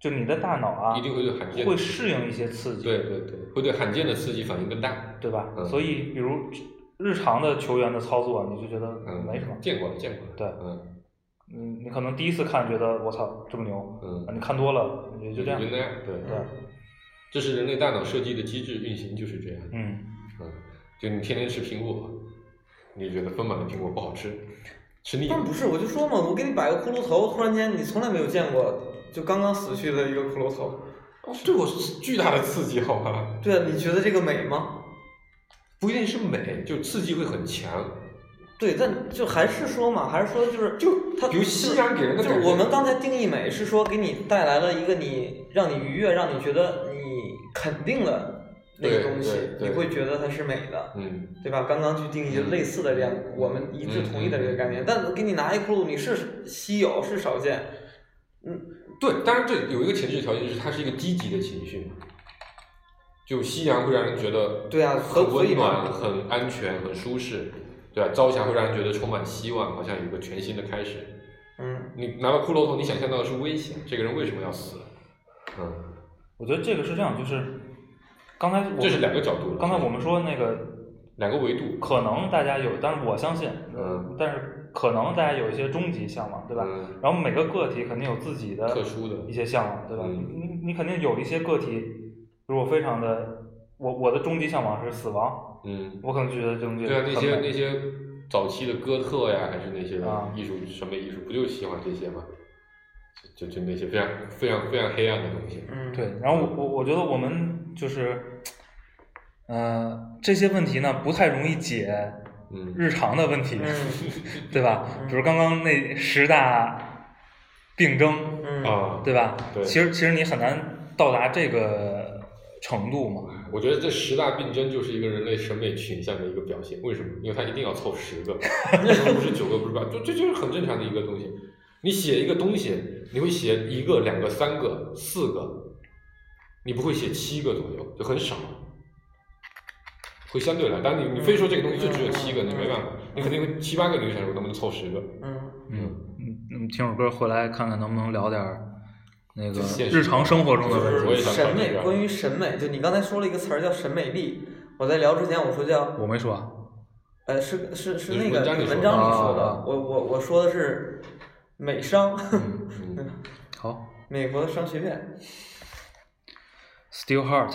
就你的大脑啊
一，定会对罕见的
会适应一些刺激，
对对对，会对罕见的刺激反应更大。
对吧？
嗯
所以比如日常的球员的操作，啊你就觉得
嗯，
没什么。
见过了，见过了。
对
嗯
嗯，你可能第一次看觉得我操这么牛，啊
嗯，
你看多了也就这样
就。那样。对，
对，
这是人类大脑设计的机制运行就是这样。
嗯，
嗯，就你天天吃苹果，你觉得丰满的苹果不好吃，吃腻
不是
了。
嗯
不是，我就说嘛，我给你摆个骷髅头，突然间你从来没有见过，就刚刚死去的一个骷髅头。
哦对我是巨大的刺激，好吧？
对啊，你觉得这个美吗？
不一定是美，就刺激会很强。
对，但就还是说嘛，还是说就是
就
它
比如西洋给人的
就
感
是
觉
我们刚才定义美是说给你带来了一个你让你愉悦，让你觉得你肯定了那个
对
东西
对，对
你会觉得它是美的。
嗯，
对吧？刚刚去定义类似的这样，我们一致同意
嗯
的这个概念，但我给你拿一葫芦，你是稀有，是少见，嗯，
对，当然这有一个前置条件，就是它是一个积极的情绪嘛。就夕阳会让人觉得
对啊所
很
所以
温
嘛
暖、很安全、很舒适，对吧、朝霞会让人觉得充满希望，好像有个全新的开始。
嗯，
你拿到骷髅头，你想象到的是危险，这个人为什么要死？嗯，
我觉得这个是这样，就是刚才我
这是两个角度了
刚才我们说那个
两个维度，
可能大家有，但是我相信，呃
嗯，
但是可能大家有一些终极向往，对吧？
嗯
然后每个个体肯定有自己的
特殊的
一些向往，对吧？
嗯
你你肯定有一些个体，如果非常的，我我的终极向往是死亡，
嗯，
我可能觉得这种就
对啊，那些
很美
那些早期的哥特呀，还是那些
啊
艺术审美艺术，不就喜欢这些吗？就就就那些非常非常非常黑暗的东西。
嗯，
对，然后我我我觉得我们就是，呃，这些问题呢不太容易解
嗯， [LAUGHS]
日常的问题，
嗯，
对吧？比如刚刚那十大病征，
嗯
啊，
对吧？
对
其实其实你很难到达这个程度嘛。
我觉得这十大病症就是一个人类审美倾向的一个表现。为什么？因为他一定要凑十个，不是九个，不是八，就这就是很正常的一个东西。你写一个东西，你会写一个、两个、三个、四个，你不会写七个左右，就很少。会相对来，当然你你非说这个东西就只有七个，
嗯
你没办法，你肯定会七八个，你就想说能不能凑十个。
嗯，
嗯，
嗯，那么听首歌回来看看能不能聊点儿那个
现实
日常生活中的
就
问
我也
是
题。
审
想看这
美，
个
关于审美，就你刚才说了一个词儿叫审美力，我在聊之前我说叫
我没说啊，
呃，是是是
你
那
文
个
章里说
文
的
章里说
啊
的，我我我说的是美商，
嗯，
好
美国的商学院。
，Still Heart。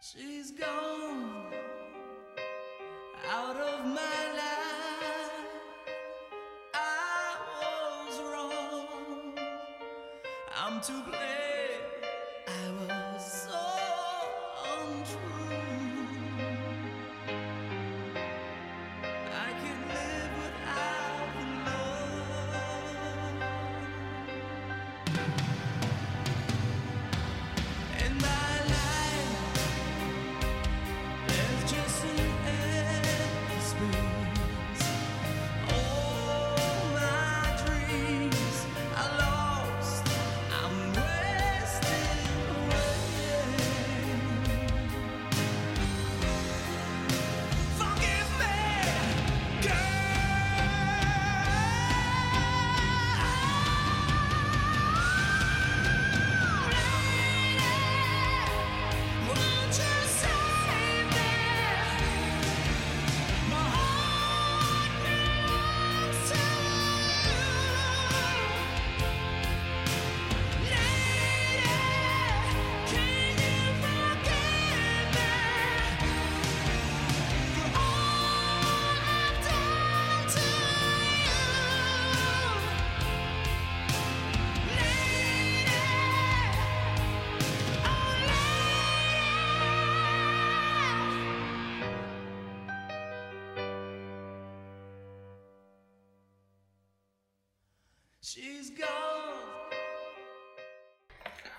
She's gone out of my life. I was wrong. I'm to blame. I was so untrue. I can live without love. In my life. There's just an empty space. All my dreams are lost. I'm wasting away. Forgive me, girl. Won't you save me? My heart belongs to you, lady. Can you forgive me for all I've done to you, lady? She's gone.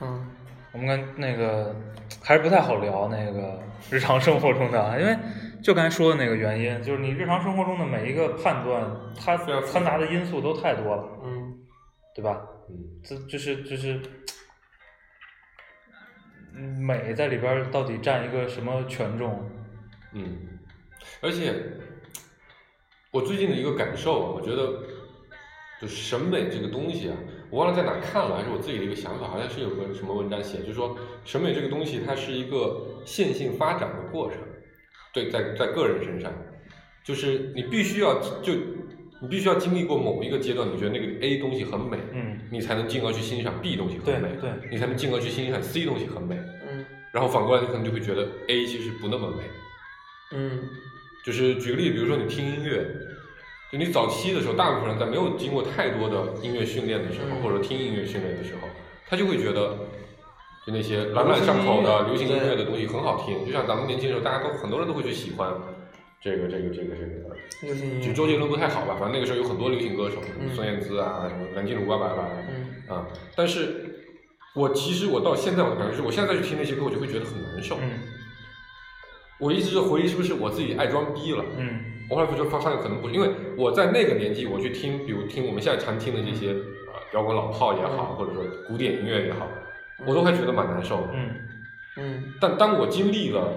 嗯，
我们跟那个还是不太好聊那个日常生活中的啊，因为就刚才说的那个原因，就是你日常生活中的每一个判断，它
非常复杂
掺杂的因素都太多了，
嗯，
对吧？
嗯，
这就是就是嗯美在里边儿到底占一个什么权重？
嗯，而且我最近的一个感受啊，我觉得就审美这个东西啊，我忘了在哪看了，还是我自己的一个想法，好像是有个什么文章写，就是说审美这个东西它是一个线性发展的过程，对，在在个人身上，就是你必须要就你必须要经历过某一个阶段，你觉得那个 A 东西很美，
嗯，
你才能进而去欣赏 B 东西
对
很美，
对，
你才能进而去欣赏 C 东西很美，
嗯，
然后反过来你可能就会觉得 A 其实不那么美。
嗯，
就是举个例子，比如说你听音乐，就你早期的时候，大部分人在没有经过太多的音乐训练的时候，
嗯
或者听音乐训练的时候，他就会觉得，就那些朗朗上口的流
流
行
行音
音
乐
乐的东西很好听，就像咱们年轻的时候，大家都很多人都会去喜欢这个这个这个这个。
流行音
就
乐。
周杰伦不太好吧，反正那个时候有很多流行歌手，
嗯
孙燕姿啊，什么梁静茹啊，巴拉巴拉。
嗯
啊，但是我其实我到现在我的感觉是，我现在再去听那些歌，我就会觉得很难受。
嗯
我一直在回忆是不是我自己爱装逼了。
嗯
我后来不就发发现可能不是，因为我在那个年纪，我去听，比如听我们现在常听的这些啊、摇滚老炮也好，或者说古典音乐也好，我都还觉得蛮难受的。
嗯
嗯
但当我经历了，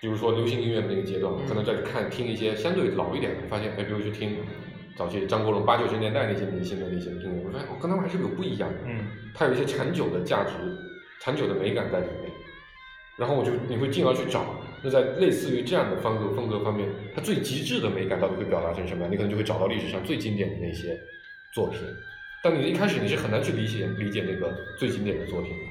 比如说流行音乐的那个阶段，我可能再去看听一些相对老一点的，发现哎，比如去听早期张国荣八九十年代那些明星的那些音乐，我发现哦我跟他们还是有不一样的。
嗯
它有一些长久的价值、长久的美感在里面。然后我就你会进而去找，那在类似于这样的风格风格方面，它最极致的美感到底会表达成什么样？你可能就会找到历史上最经典的那些作品。但你一开始你是很难去理解理解那个最经典的作品的。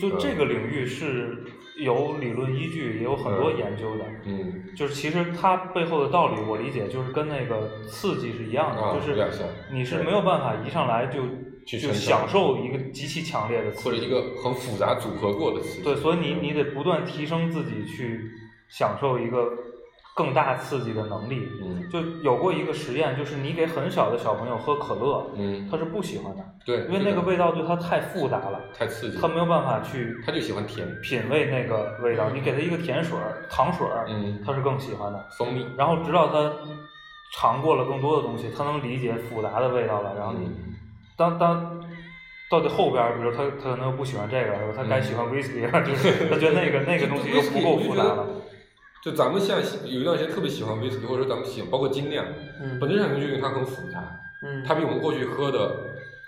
就就
嗯
这个领域是有理论依据，也有很多
嗯
研究的。
嗯，
就是其实它背后的道理，我理解就是跟那个刺激是一样的，
啊
就是
有点像
你是
对
没有办法一上来就
去
就
承
享
受
受一个极其强烈的
或
刺
者
激，
一个很复杂组合过的词。
对，所以你你得不断提升自己去享受一个更大刺激的能力。
嗯
就有过一个实验，就是你给很小的小朋友喝可乐，
嗯，
他是不喜欢的，
对，
因为那个味
道
道对他太复杂了，
太刺激了，
他没有办法去
他就喜欢甜，
品味那个味道。你给他一个甜水儿、糖水儿，
嗯
他是更喜欢的。
蜂蜜，
然后直到他尝过了更多的东西，他能理解复杂的味道了。然后你
嗯
当当到底后边儿，比如他他可能又不喜欢这个了，他该喜欢 whisky 了，就是 [LAUGHS] 他觉得那个那个东西又不够复杂了。
就咱们现在喜有一段时间特别喜欢 whisky，或者说咱们喜欢包括精酿，
嗯
本质上就是因为它很复杂，
嗯，
它比我们过去喝的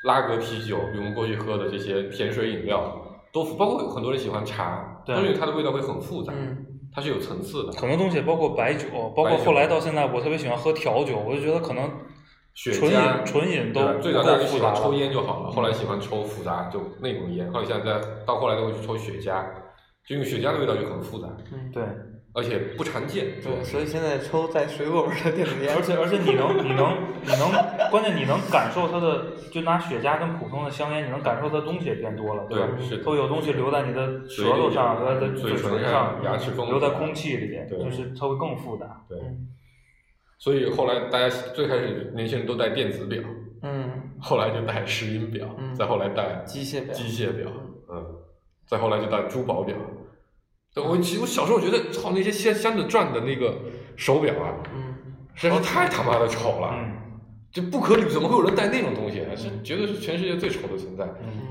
拉格啤酒，比我们过去喝的这些甜水饮料都复，包括很多人喜欢茶，
对
都是因为它的味道会很复杂，
嗯
它是有层次的。
很多东西，包括白酒，包括
白酒
后来到现在，我特别喜欢喝调酒，我就觉得可能
雪
纯
茄
饮纯饮都
对
不
吧最早
够
大家就
复
喜
杂
欢
了
抽烟就
嗯
好了，后来喜欢抽复杂就那种烟，后来现在到后来都会去抽雪茄，就因为雪茄的味道就很复杂，
嗯，
对，
而且不常见。
对，所以现在抽带水果味儿的电子烟
而，且而且你能你能你能，关键你能感受它的，就拿雪茄跟普通的香烟，你能感受它东西也变多了，
对
吧？，
是的
都有东西留在你的舌头上，留在你的
嘴
唇
唇上牙齿缝
留在
上
空气里，
对
就是它会更复杂。
对，
嗯
所以后来大家最开始年轻人都戴电子表，
嗯，
后来就戴石英表，
嗯
再后来戴
机械表，
机械表，嗯，再后来就戴珠宝表。对我其实我小时候觉得，操那些镶镶着钻的那个手表啊，
嗯
实在是太他妈的丑了，
嗯
就不可理，怎么会有人戴那种东西？是绝对是全世界最丑的存在。
嗯，
嗯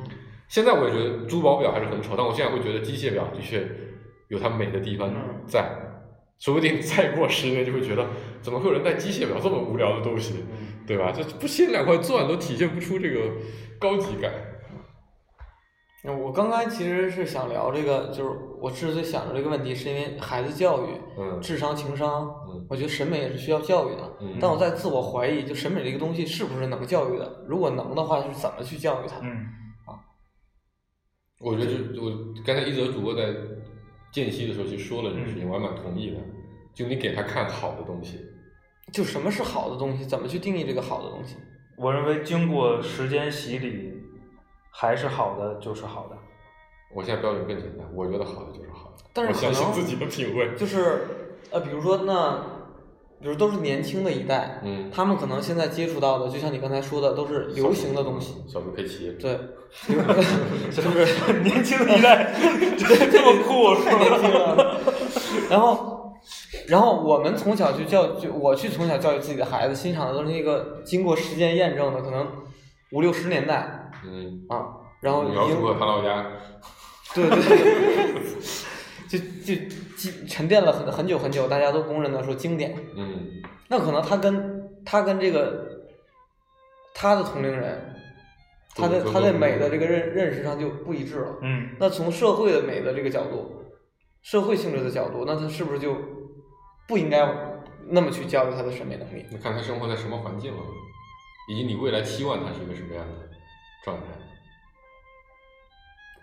现在我也觉得珠宝表还是很丑，但我现在会觉得机械表的确有它美的地方
嗯
在，说不定再过十年就会觉得，怎么会有人戴机械表这么无聊的东西，
嗯
对吧？这不镶两块钻都体现不出这个高级感。
那我刚刚其实是想聊这个，就是我之所以想着这个问题，是因为孩子教育、
嗯
智商、情商，
嗯
我觉得审美也是需要教育的。
嗯
但我在自我怀疑，就审美这个东西是不是能教育的？如果能的话，是怎么去教育它？
嗯
我觉得是我刚才一泽主播在间隙的时候就说了这个事情，我还蛮同意的。就你给他看好的东西，
就什么是好的东西？怎么去定义这个好的东西？
嗯
我认为经过时间洗礼，还是好的就是
[LAUGHS]
好的。
我现在标准更简单，我觉得好的就是好的，
但是
我相信
可能
自己的品味。
就是呃，比如说那，比如都是年轻的一代，
嗯
他们可能现在接触到的，就像你刚才说的，都是流行的东西。
小猪佩奇，
[LAUGHS] 对，就是
年轻的一代 [LAUGHS] 这么酷 [LAUGHS] 是
太 [LAUGHS] 年轻
吧？
了。然后，然后我们从小去教，就我去从小教育自己的孩子，欣赏的都是那个经过时间验证的，可能五六十年代
嗯，
啊，然后
你要
已经
出个唐老鸭，
对对对， [LAUGHS] 就就积沉淀了很很久很久，大家都公认的说经典。
嗯
那可能他跟他跟这个他的同龄人，他在
对
他
对
在
对
美的这个认认识上就不一致了。
嗯
那从社会的美的这个角度，社会性质的角度，那他是不是就不应该那么去教育他的审美能力？
那看他生活在什么环境了，以及你未来期望他是一个什么样的状态。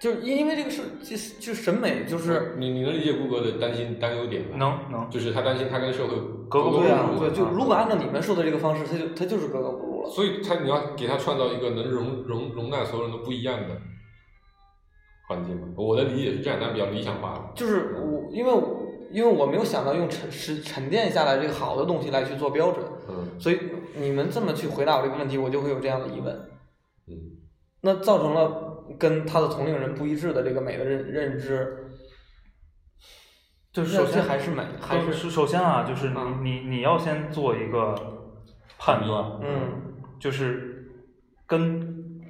就是因因为这个是就是就审美就是
你你能理解顾哥的担心担忧点吗？，
能能
就是他担心他跟社会
格格不
不
入
对啊
入，
对，就
啊
如果按照你们说的这个方式，他就他就是格格不入了。
啊所以他你要给他创造一个能容容容纳所有人都不一样的环境嘛。我的理解是这样，但比较理想化了。
就是我因为我因为我没有想到用沉沉沉淀下来这个好的东西来去做标准，
嗯
所以你们这么去回答我这个问题，我就会有这样的疑问。
嗯，
那造成了跟他的同龄人不一致的这个美的认认知，
就
首先还是美，还
还
是
是首先啊，就是你
嗯
你你要先做一个判断，
嗯
就是跟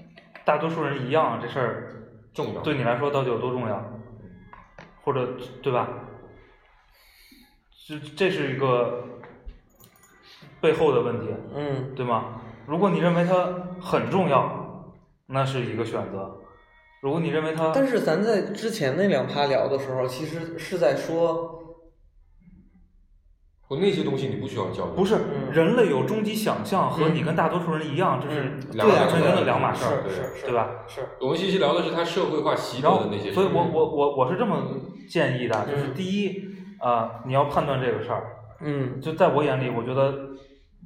大多数人一样，啊这事儿
重要。
对你来说到底有多重要，或者对吧？这这是一个背后的问题，
嗯
对吗？如果你认为它很重要，那是一个选择；如果你认为它，
但是咱在之前那两趴聊的时候，其实是在说，
我那些东西你不需要教育，
不是
嗯
人类有终极想象和你
嗯
跟大多数人一样，这是
嗯
两码
完
事
全
儿
的两码事儿，
是是是，
对？吧？
是，
我们信息聊的是他社会化习得
然后
的那些，事
所以我
情
我我我是这么建议的，就是
嗯
第一，啊，你要判断这个事儿，
嗯
就在我眼里，我觉得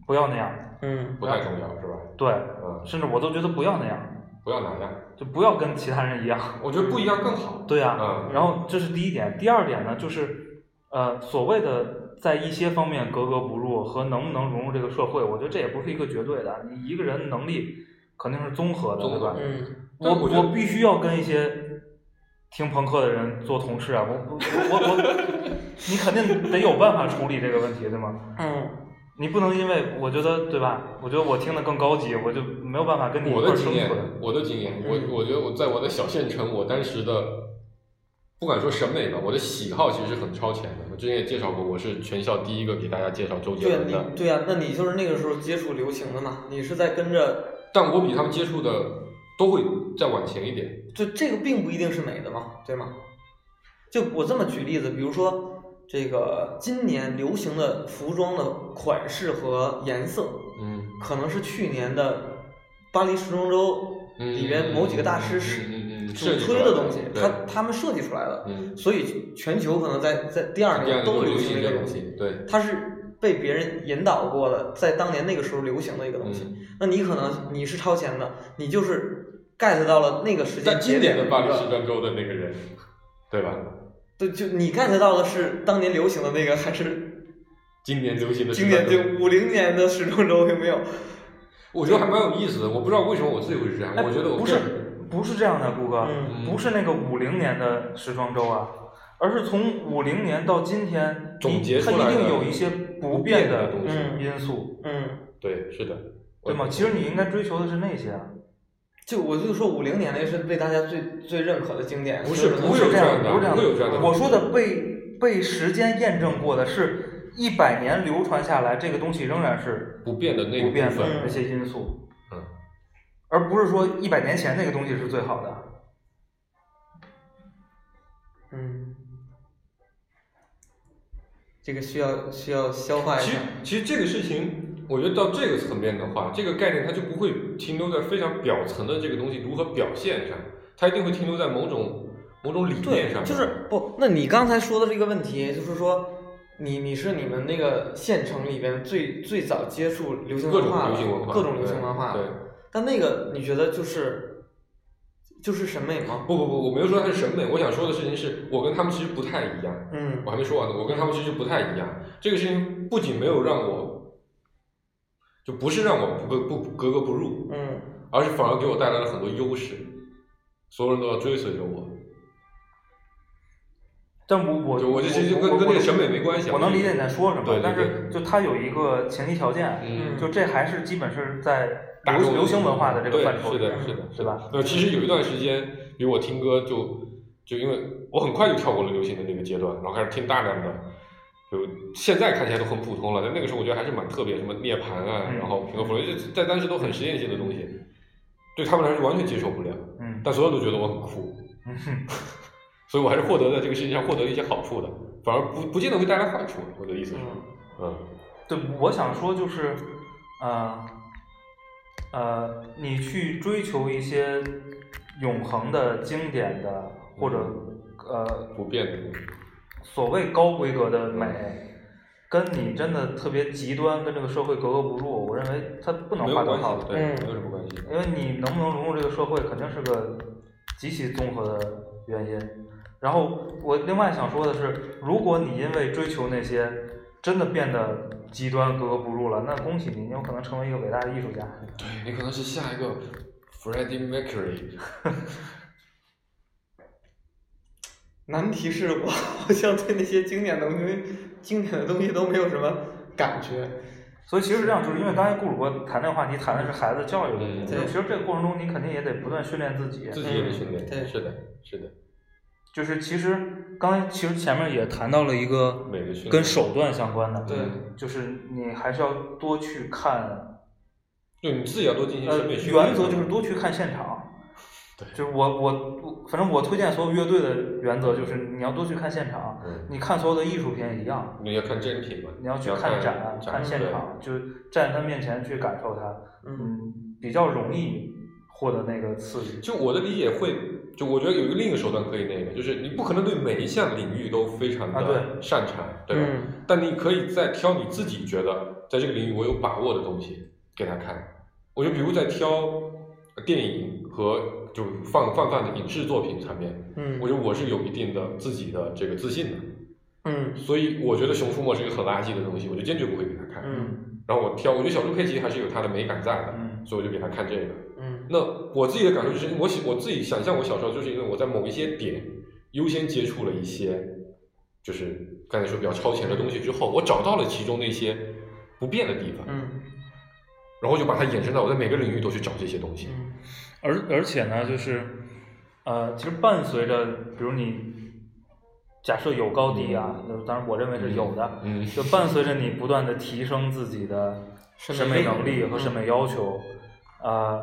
不要那样，
嗯
不太重要是吧？
对，
嗯，
甚至我都觉得不要那样，
不要拿样，
就不要跟其他人一样，
我觉得不一样更好。
对呀、啊
嗯
然后这是第一点，第二点呢，就是呃，所谓的在一些方面格格不入和能不能融入这个社会，我觉得这也不是一个绝对的，你一个人能力肯定是综合的，
综合
对吧？
嗯
但
我
是我觉得
我必须要跟一些听朋克的人做同事啊，我我我我，你肯定得有办法处理这个问题，对吗？
嗯
你不能因为我觉得对吧？我觉得我听的更高级，我就没有办法跟你一
我
块
的
儿
经
生
验
存。，
我的经验，
嗯
我我觉得我在我的小县城，我当时的不敢说审美吧，我的喜好其实是很超前的。我之前也介绍过，我是全校第一个给大家介绍周杰
对呀
伦的
你，对啊呀、那你就是那个时候接触流行的嘛，你是在跟着，
但我比他们接触的都会再往前一点。
就这个并不一定是美的嘛，对吗？就我这么举例子，比如说这个今年流行的服装的款式和颜色，
嗯，
可能是去年的巴黎时装周
嗯
里边某几个大师是
嗯嗯嗯嗯
主
设计出
推
来
的
的
东西，
对
他他们设计出来的，
嗯，
所以全球可能在在第
第
二
二
年
个
都
流
流
行
行这
这个
个
东
东
西
西，，
对，
它是被别人引导过的，在当年那个时候流行的一个东西。
嗯。
那你可能你是超前的，你就是 get 到了那个时
在
间节
经
点
典
的
的
一
巴黎时
个，
装周的那个人，对吧？
对，就你 get 到的是当年流行的那个，还是
今年流行的时
经
装
典
周
就五零年的时装周有没有？
我觉得还蛮有意思的。我不知道为什么我自己会是这样，
哎
我觉得我
不
个人
是不是这样的，顾哥，
嗯
不是那个五零年的时装周啊，而是从五零年到今天，
总
你
结
它
出来
一定
的
有一些
不
不
变
变
的
的
东西，
嗯
因素，
嗯，
对，是的，
对吗？其实你应该追求的是那些啊。
就我就说五零年那是被大家最最认可的经典，
不
所
是
以可能
不
不
是
是
这
这
样
样的，
的
不是这样
不会有这样的
我说的被被时间验证过的是，一百年流传下来，这个东西仍然是
不变的那个
不变
部
的
分，
那些因素，
嗯，
而不是说一百年前那个东西是最好的。
嗯，这个需要需要消化一
其实
下。
其实这个事情，我觉得到这个层面的话，这个概念它就不会停留在非常表层的这个东西如何表现上，它一定会停留在某种某种理念上面，
就是不，那你刚才说的这个问题，就是说你你是你们那个县城里边最最早接触流行
各
文
种
化
流
的
行文化，
各种流行文化
对。
的，
对
但那个你觉得就是就是审美吗？
不不不，我没有说它是审美，我想说的事情是我跟他们其实不太一样。
嗯
我还没说完呢，我跟他们其实不太一样。这个事情不仅没有让我，就不是让我不格不格格不入，
嗯
而是反而给我带来了很多优势。所有人都要追随着我，
但我我
就
我
我这其实就跟
我
跟那个审美没关系啊。
我能理解你
的，
在说什
对
么
对，
但
对
是就它有一个前提条件，
嗯，
就这还是基本是在
大
流
众
流行文化的这个
对
范畴
是
里面，
的，是的，
对吧？
呃，其实有一段时间，比如我听歌就就因为我很快就跳过了流行的那个阶段，然后开始听大量的，就现在看起来都很普通了，但那个时候我觉得还是蛮特别，什么涅槃啊，
嗯
然后平克·弗洛伊德，在当时都很实验性的东西，对他们来说完全接受不了，
嗯
但所有人都觉得我很酷，
嗯哼
所以我还是获得在这个世界上获得了一些好处的，反而不不见得会带来坏处。我的意思是，
嗯
嗯，
[LAUGHS] 对，我想说就是，呃，呃，你去追求一些永恒的、经典的或者呃
不变的，
所谓高规格的美，跟你真的特别极端跟这个社会格格不入，我认为它不能
没
划
有
等
关
号
系，
的，
对，
嗯
没有什么关系。
因为你能不能融入这个社会，肯定是个极其综合的原因。然后我另外想说的是，如果你因为追求那些真的变得极端格格不入了，那恭喜你，你有可能成为一个伟大的艺术家。
对你可能是下一个 Freddie Mercury。
难题是我 [LAUGHS] 好像对那些经典的东西、经典的东西都没有什么感觉，
所以其实是这样，就是因为刚才顾主播谈这个话题，谈的是孩子教育的问题。就
嗯
是其实这个过程中，你肯定也得不断训练自己。
自己也得训练，
对
是的，是的，
就是其实刚才其实前面也谈到了一个
每个训练
跟手段相关的，
对，
就是你还是要多去看，
对你自己要多进行
呃，
审美训练。
原则就是多去看现场。
对
就是我我我反正我推荐所有乐队的原则就是你要多去看现场，
嗯，
你看所有的艺术品也一样，
你要看真品嘛，
你要去
看
看展、啊看现场，，就站在他面前去感受它，
嗯
嗯，比较容易获得那个刺激
对。就我的理解会，就我觉得有一个另一个手段可以那个，就是你不可能对每一项领域都非常
啊
的
对
擅长，对吧？
嗯
但你可以再挑你自己觉得在这个领域我有把握的东西给他看。我就比如在挑电影和就放泛泛的影视作品上面，
嗯，
我觉得我是有一定的自己的这个自信的。
嗯
所以我觉得《熊出没》是一个很垃圾的东西，我就坚决不会给他看。
嗯
然后我挑，我觉得小猪佩奇还是有它的美感在的，
嗯
所以我就给他看这个。
嗯
那我自己的感受就是，我喜我自己想象我小时候，就是因为我在某一些点优先接触了一些，就是刚才说比较超前的东西之后，我找到了其中的一些不变的地方，
嗯
然后就把它衍生到我在每个领域都去找这些东西。
嗯
而而且呢，就是呃，其实伴随着，比如你假设有高低啊，就当然我认为是有的，
嗯
就伴随着你不断的提升自己的
审
审
美
美
力
能力和审美要求，呃，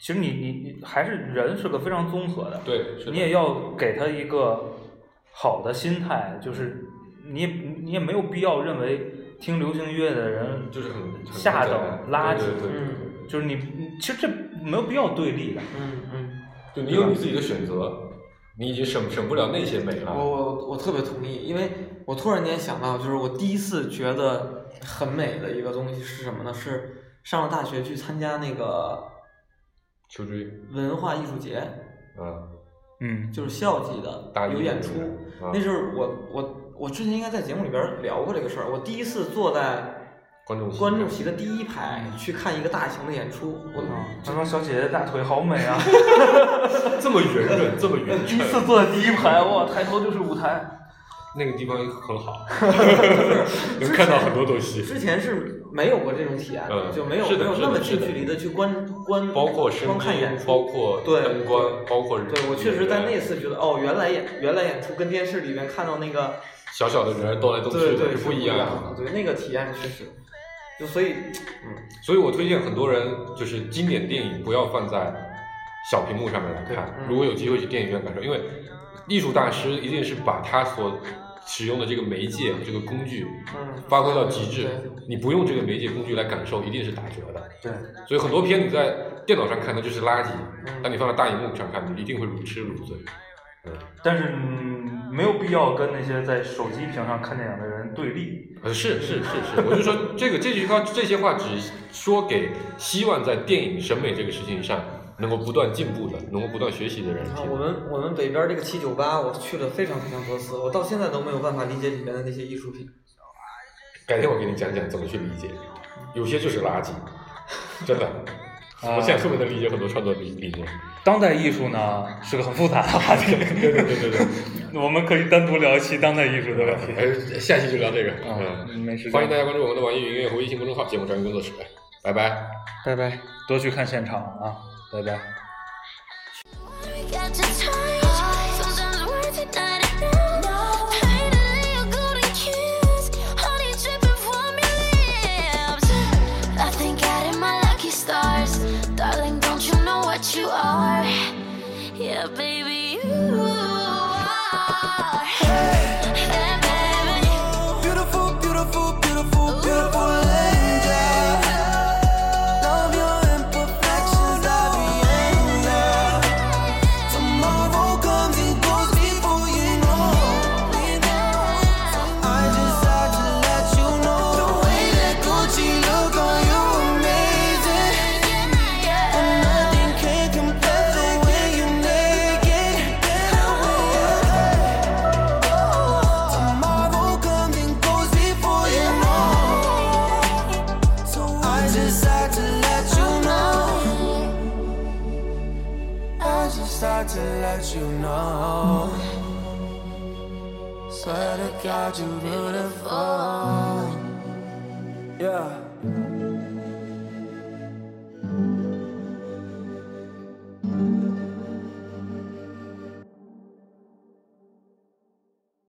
其实你你你还是人是个非常综合的，
对，是的
你也要给他一个好的心态，就是你也你也没有必要认为听流行音乐的人
就是很很
下等垃圾，
对对对对对
嗯
就是你你其实这没有必要对立的，
嗯嗯，
就你有你自己的选择，你已经省省不了那些美了。
我我我特别同意，因为我突然间想到，就是我第一次觉得很美的一个东西是什么呢？是上了大学去参加那个
求追
文化艺术节，
啊，
嗯
就是校级的
大一
有演出
的那个啊，
那是我我我之前应该在节目里边聊过这个事儿。我第一次坐在
观众席
观众席的第一排去看一个大型的演出，
啊
我，
他说小姐姐大腿好美啊，
[LAUGHS] 这么圆润，这么圆
第一
润，
[LAUGHS]
次坐在第一排，哇，抬头就是舞台，
那个地方很
[LAUGHS]
好，能看到很多东西，
之前是没有过这种体验的，
嗯
就没有
是
没
的
有
是的
那么
是
近
的
距离的去观观
包括声
观看
音
演，出，
包括
对
灯光，包括人
对我确实在那次觉得哦，原来演原来演出跟电视里面看到那个
小小的人动来动
对
去
对
的
是
不一
一的
样。
对那个体验确实，就所以
所以我推荐很多人，就是经典电影不要放在小屏幕上面来看
对，嗯
如果有机会去电影院感受，因为艺术大师一定是把他所使用的这个媒介、这个工具
嗯
发挥到极致
对，
你不用这个媒介工具来感受，一定是打折的。
对，
所以很多片你在电脑上看它就是垃圾
嗯，
当你放在大荧幕上看，你一定会如痴如醉。嗯，
但是嗯没有必要跟那些在手机屏上看电影的人对立，
呃，是是是是，我就说这个这句话这些话只说给希望在电影审美这个事情上能够不断进步的，能够不断学习的人
啊，
听。
我们我们北边这个七九八，我去了非常非常多次，我到现在都没有办法理解里面的那些艺术品。
改天我给你讲讲怎么去理解，有些就是垃圾，真的。
啊
我现在特别能理解很多创作理理念。
当代艺术呢是个很复杂的话题，
对对对对对。
[LAUGHS] 我们可以单独聊一期当代艺术的问
嗯
题。
哎，下期就聊这个。
啊，
嗯，
没时
欢迎大
间，
家关注我们的网易云音乐和微信公众号“节目专业工作室”，拜拜。
拜拜。
多去看现场啊，拜拜。
We got to touch. Sometimes words are not enough. Pain and little golden kiss. Honey dripping from your lips. Nothing out in my lucky stars. Darling, don't you know what you are? Yeah, baby, you are. Yeah, baby.
Beautiful, beautiful, beautiful, beautiful angel. Love your imperfections, I be angel. Tomorrow comes and goes before you know. I just had to let you know the way that Gucci look on you amazing, and nothing can compare the way you make it. Tomorrow comes and goes before you know. So I just had to let you know. I just had to let you know. Swear to God, you're beautiful. Yeah.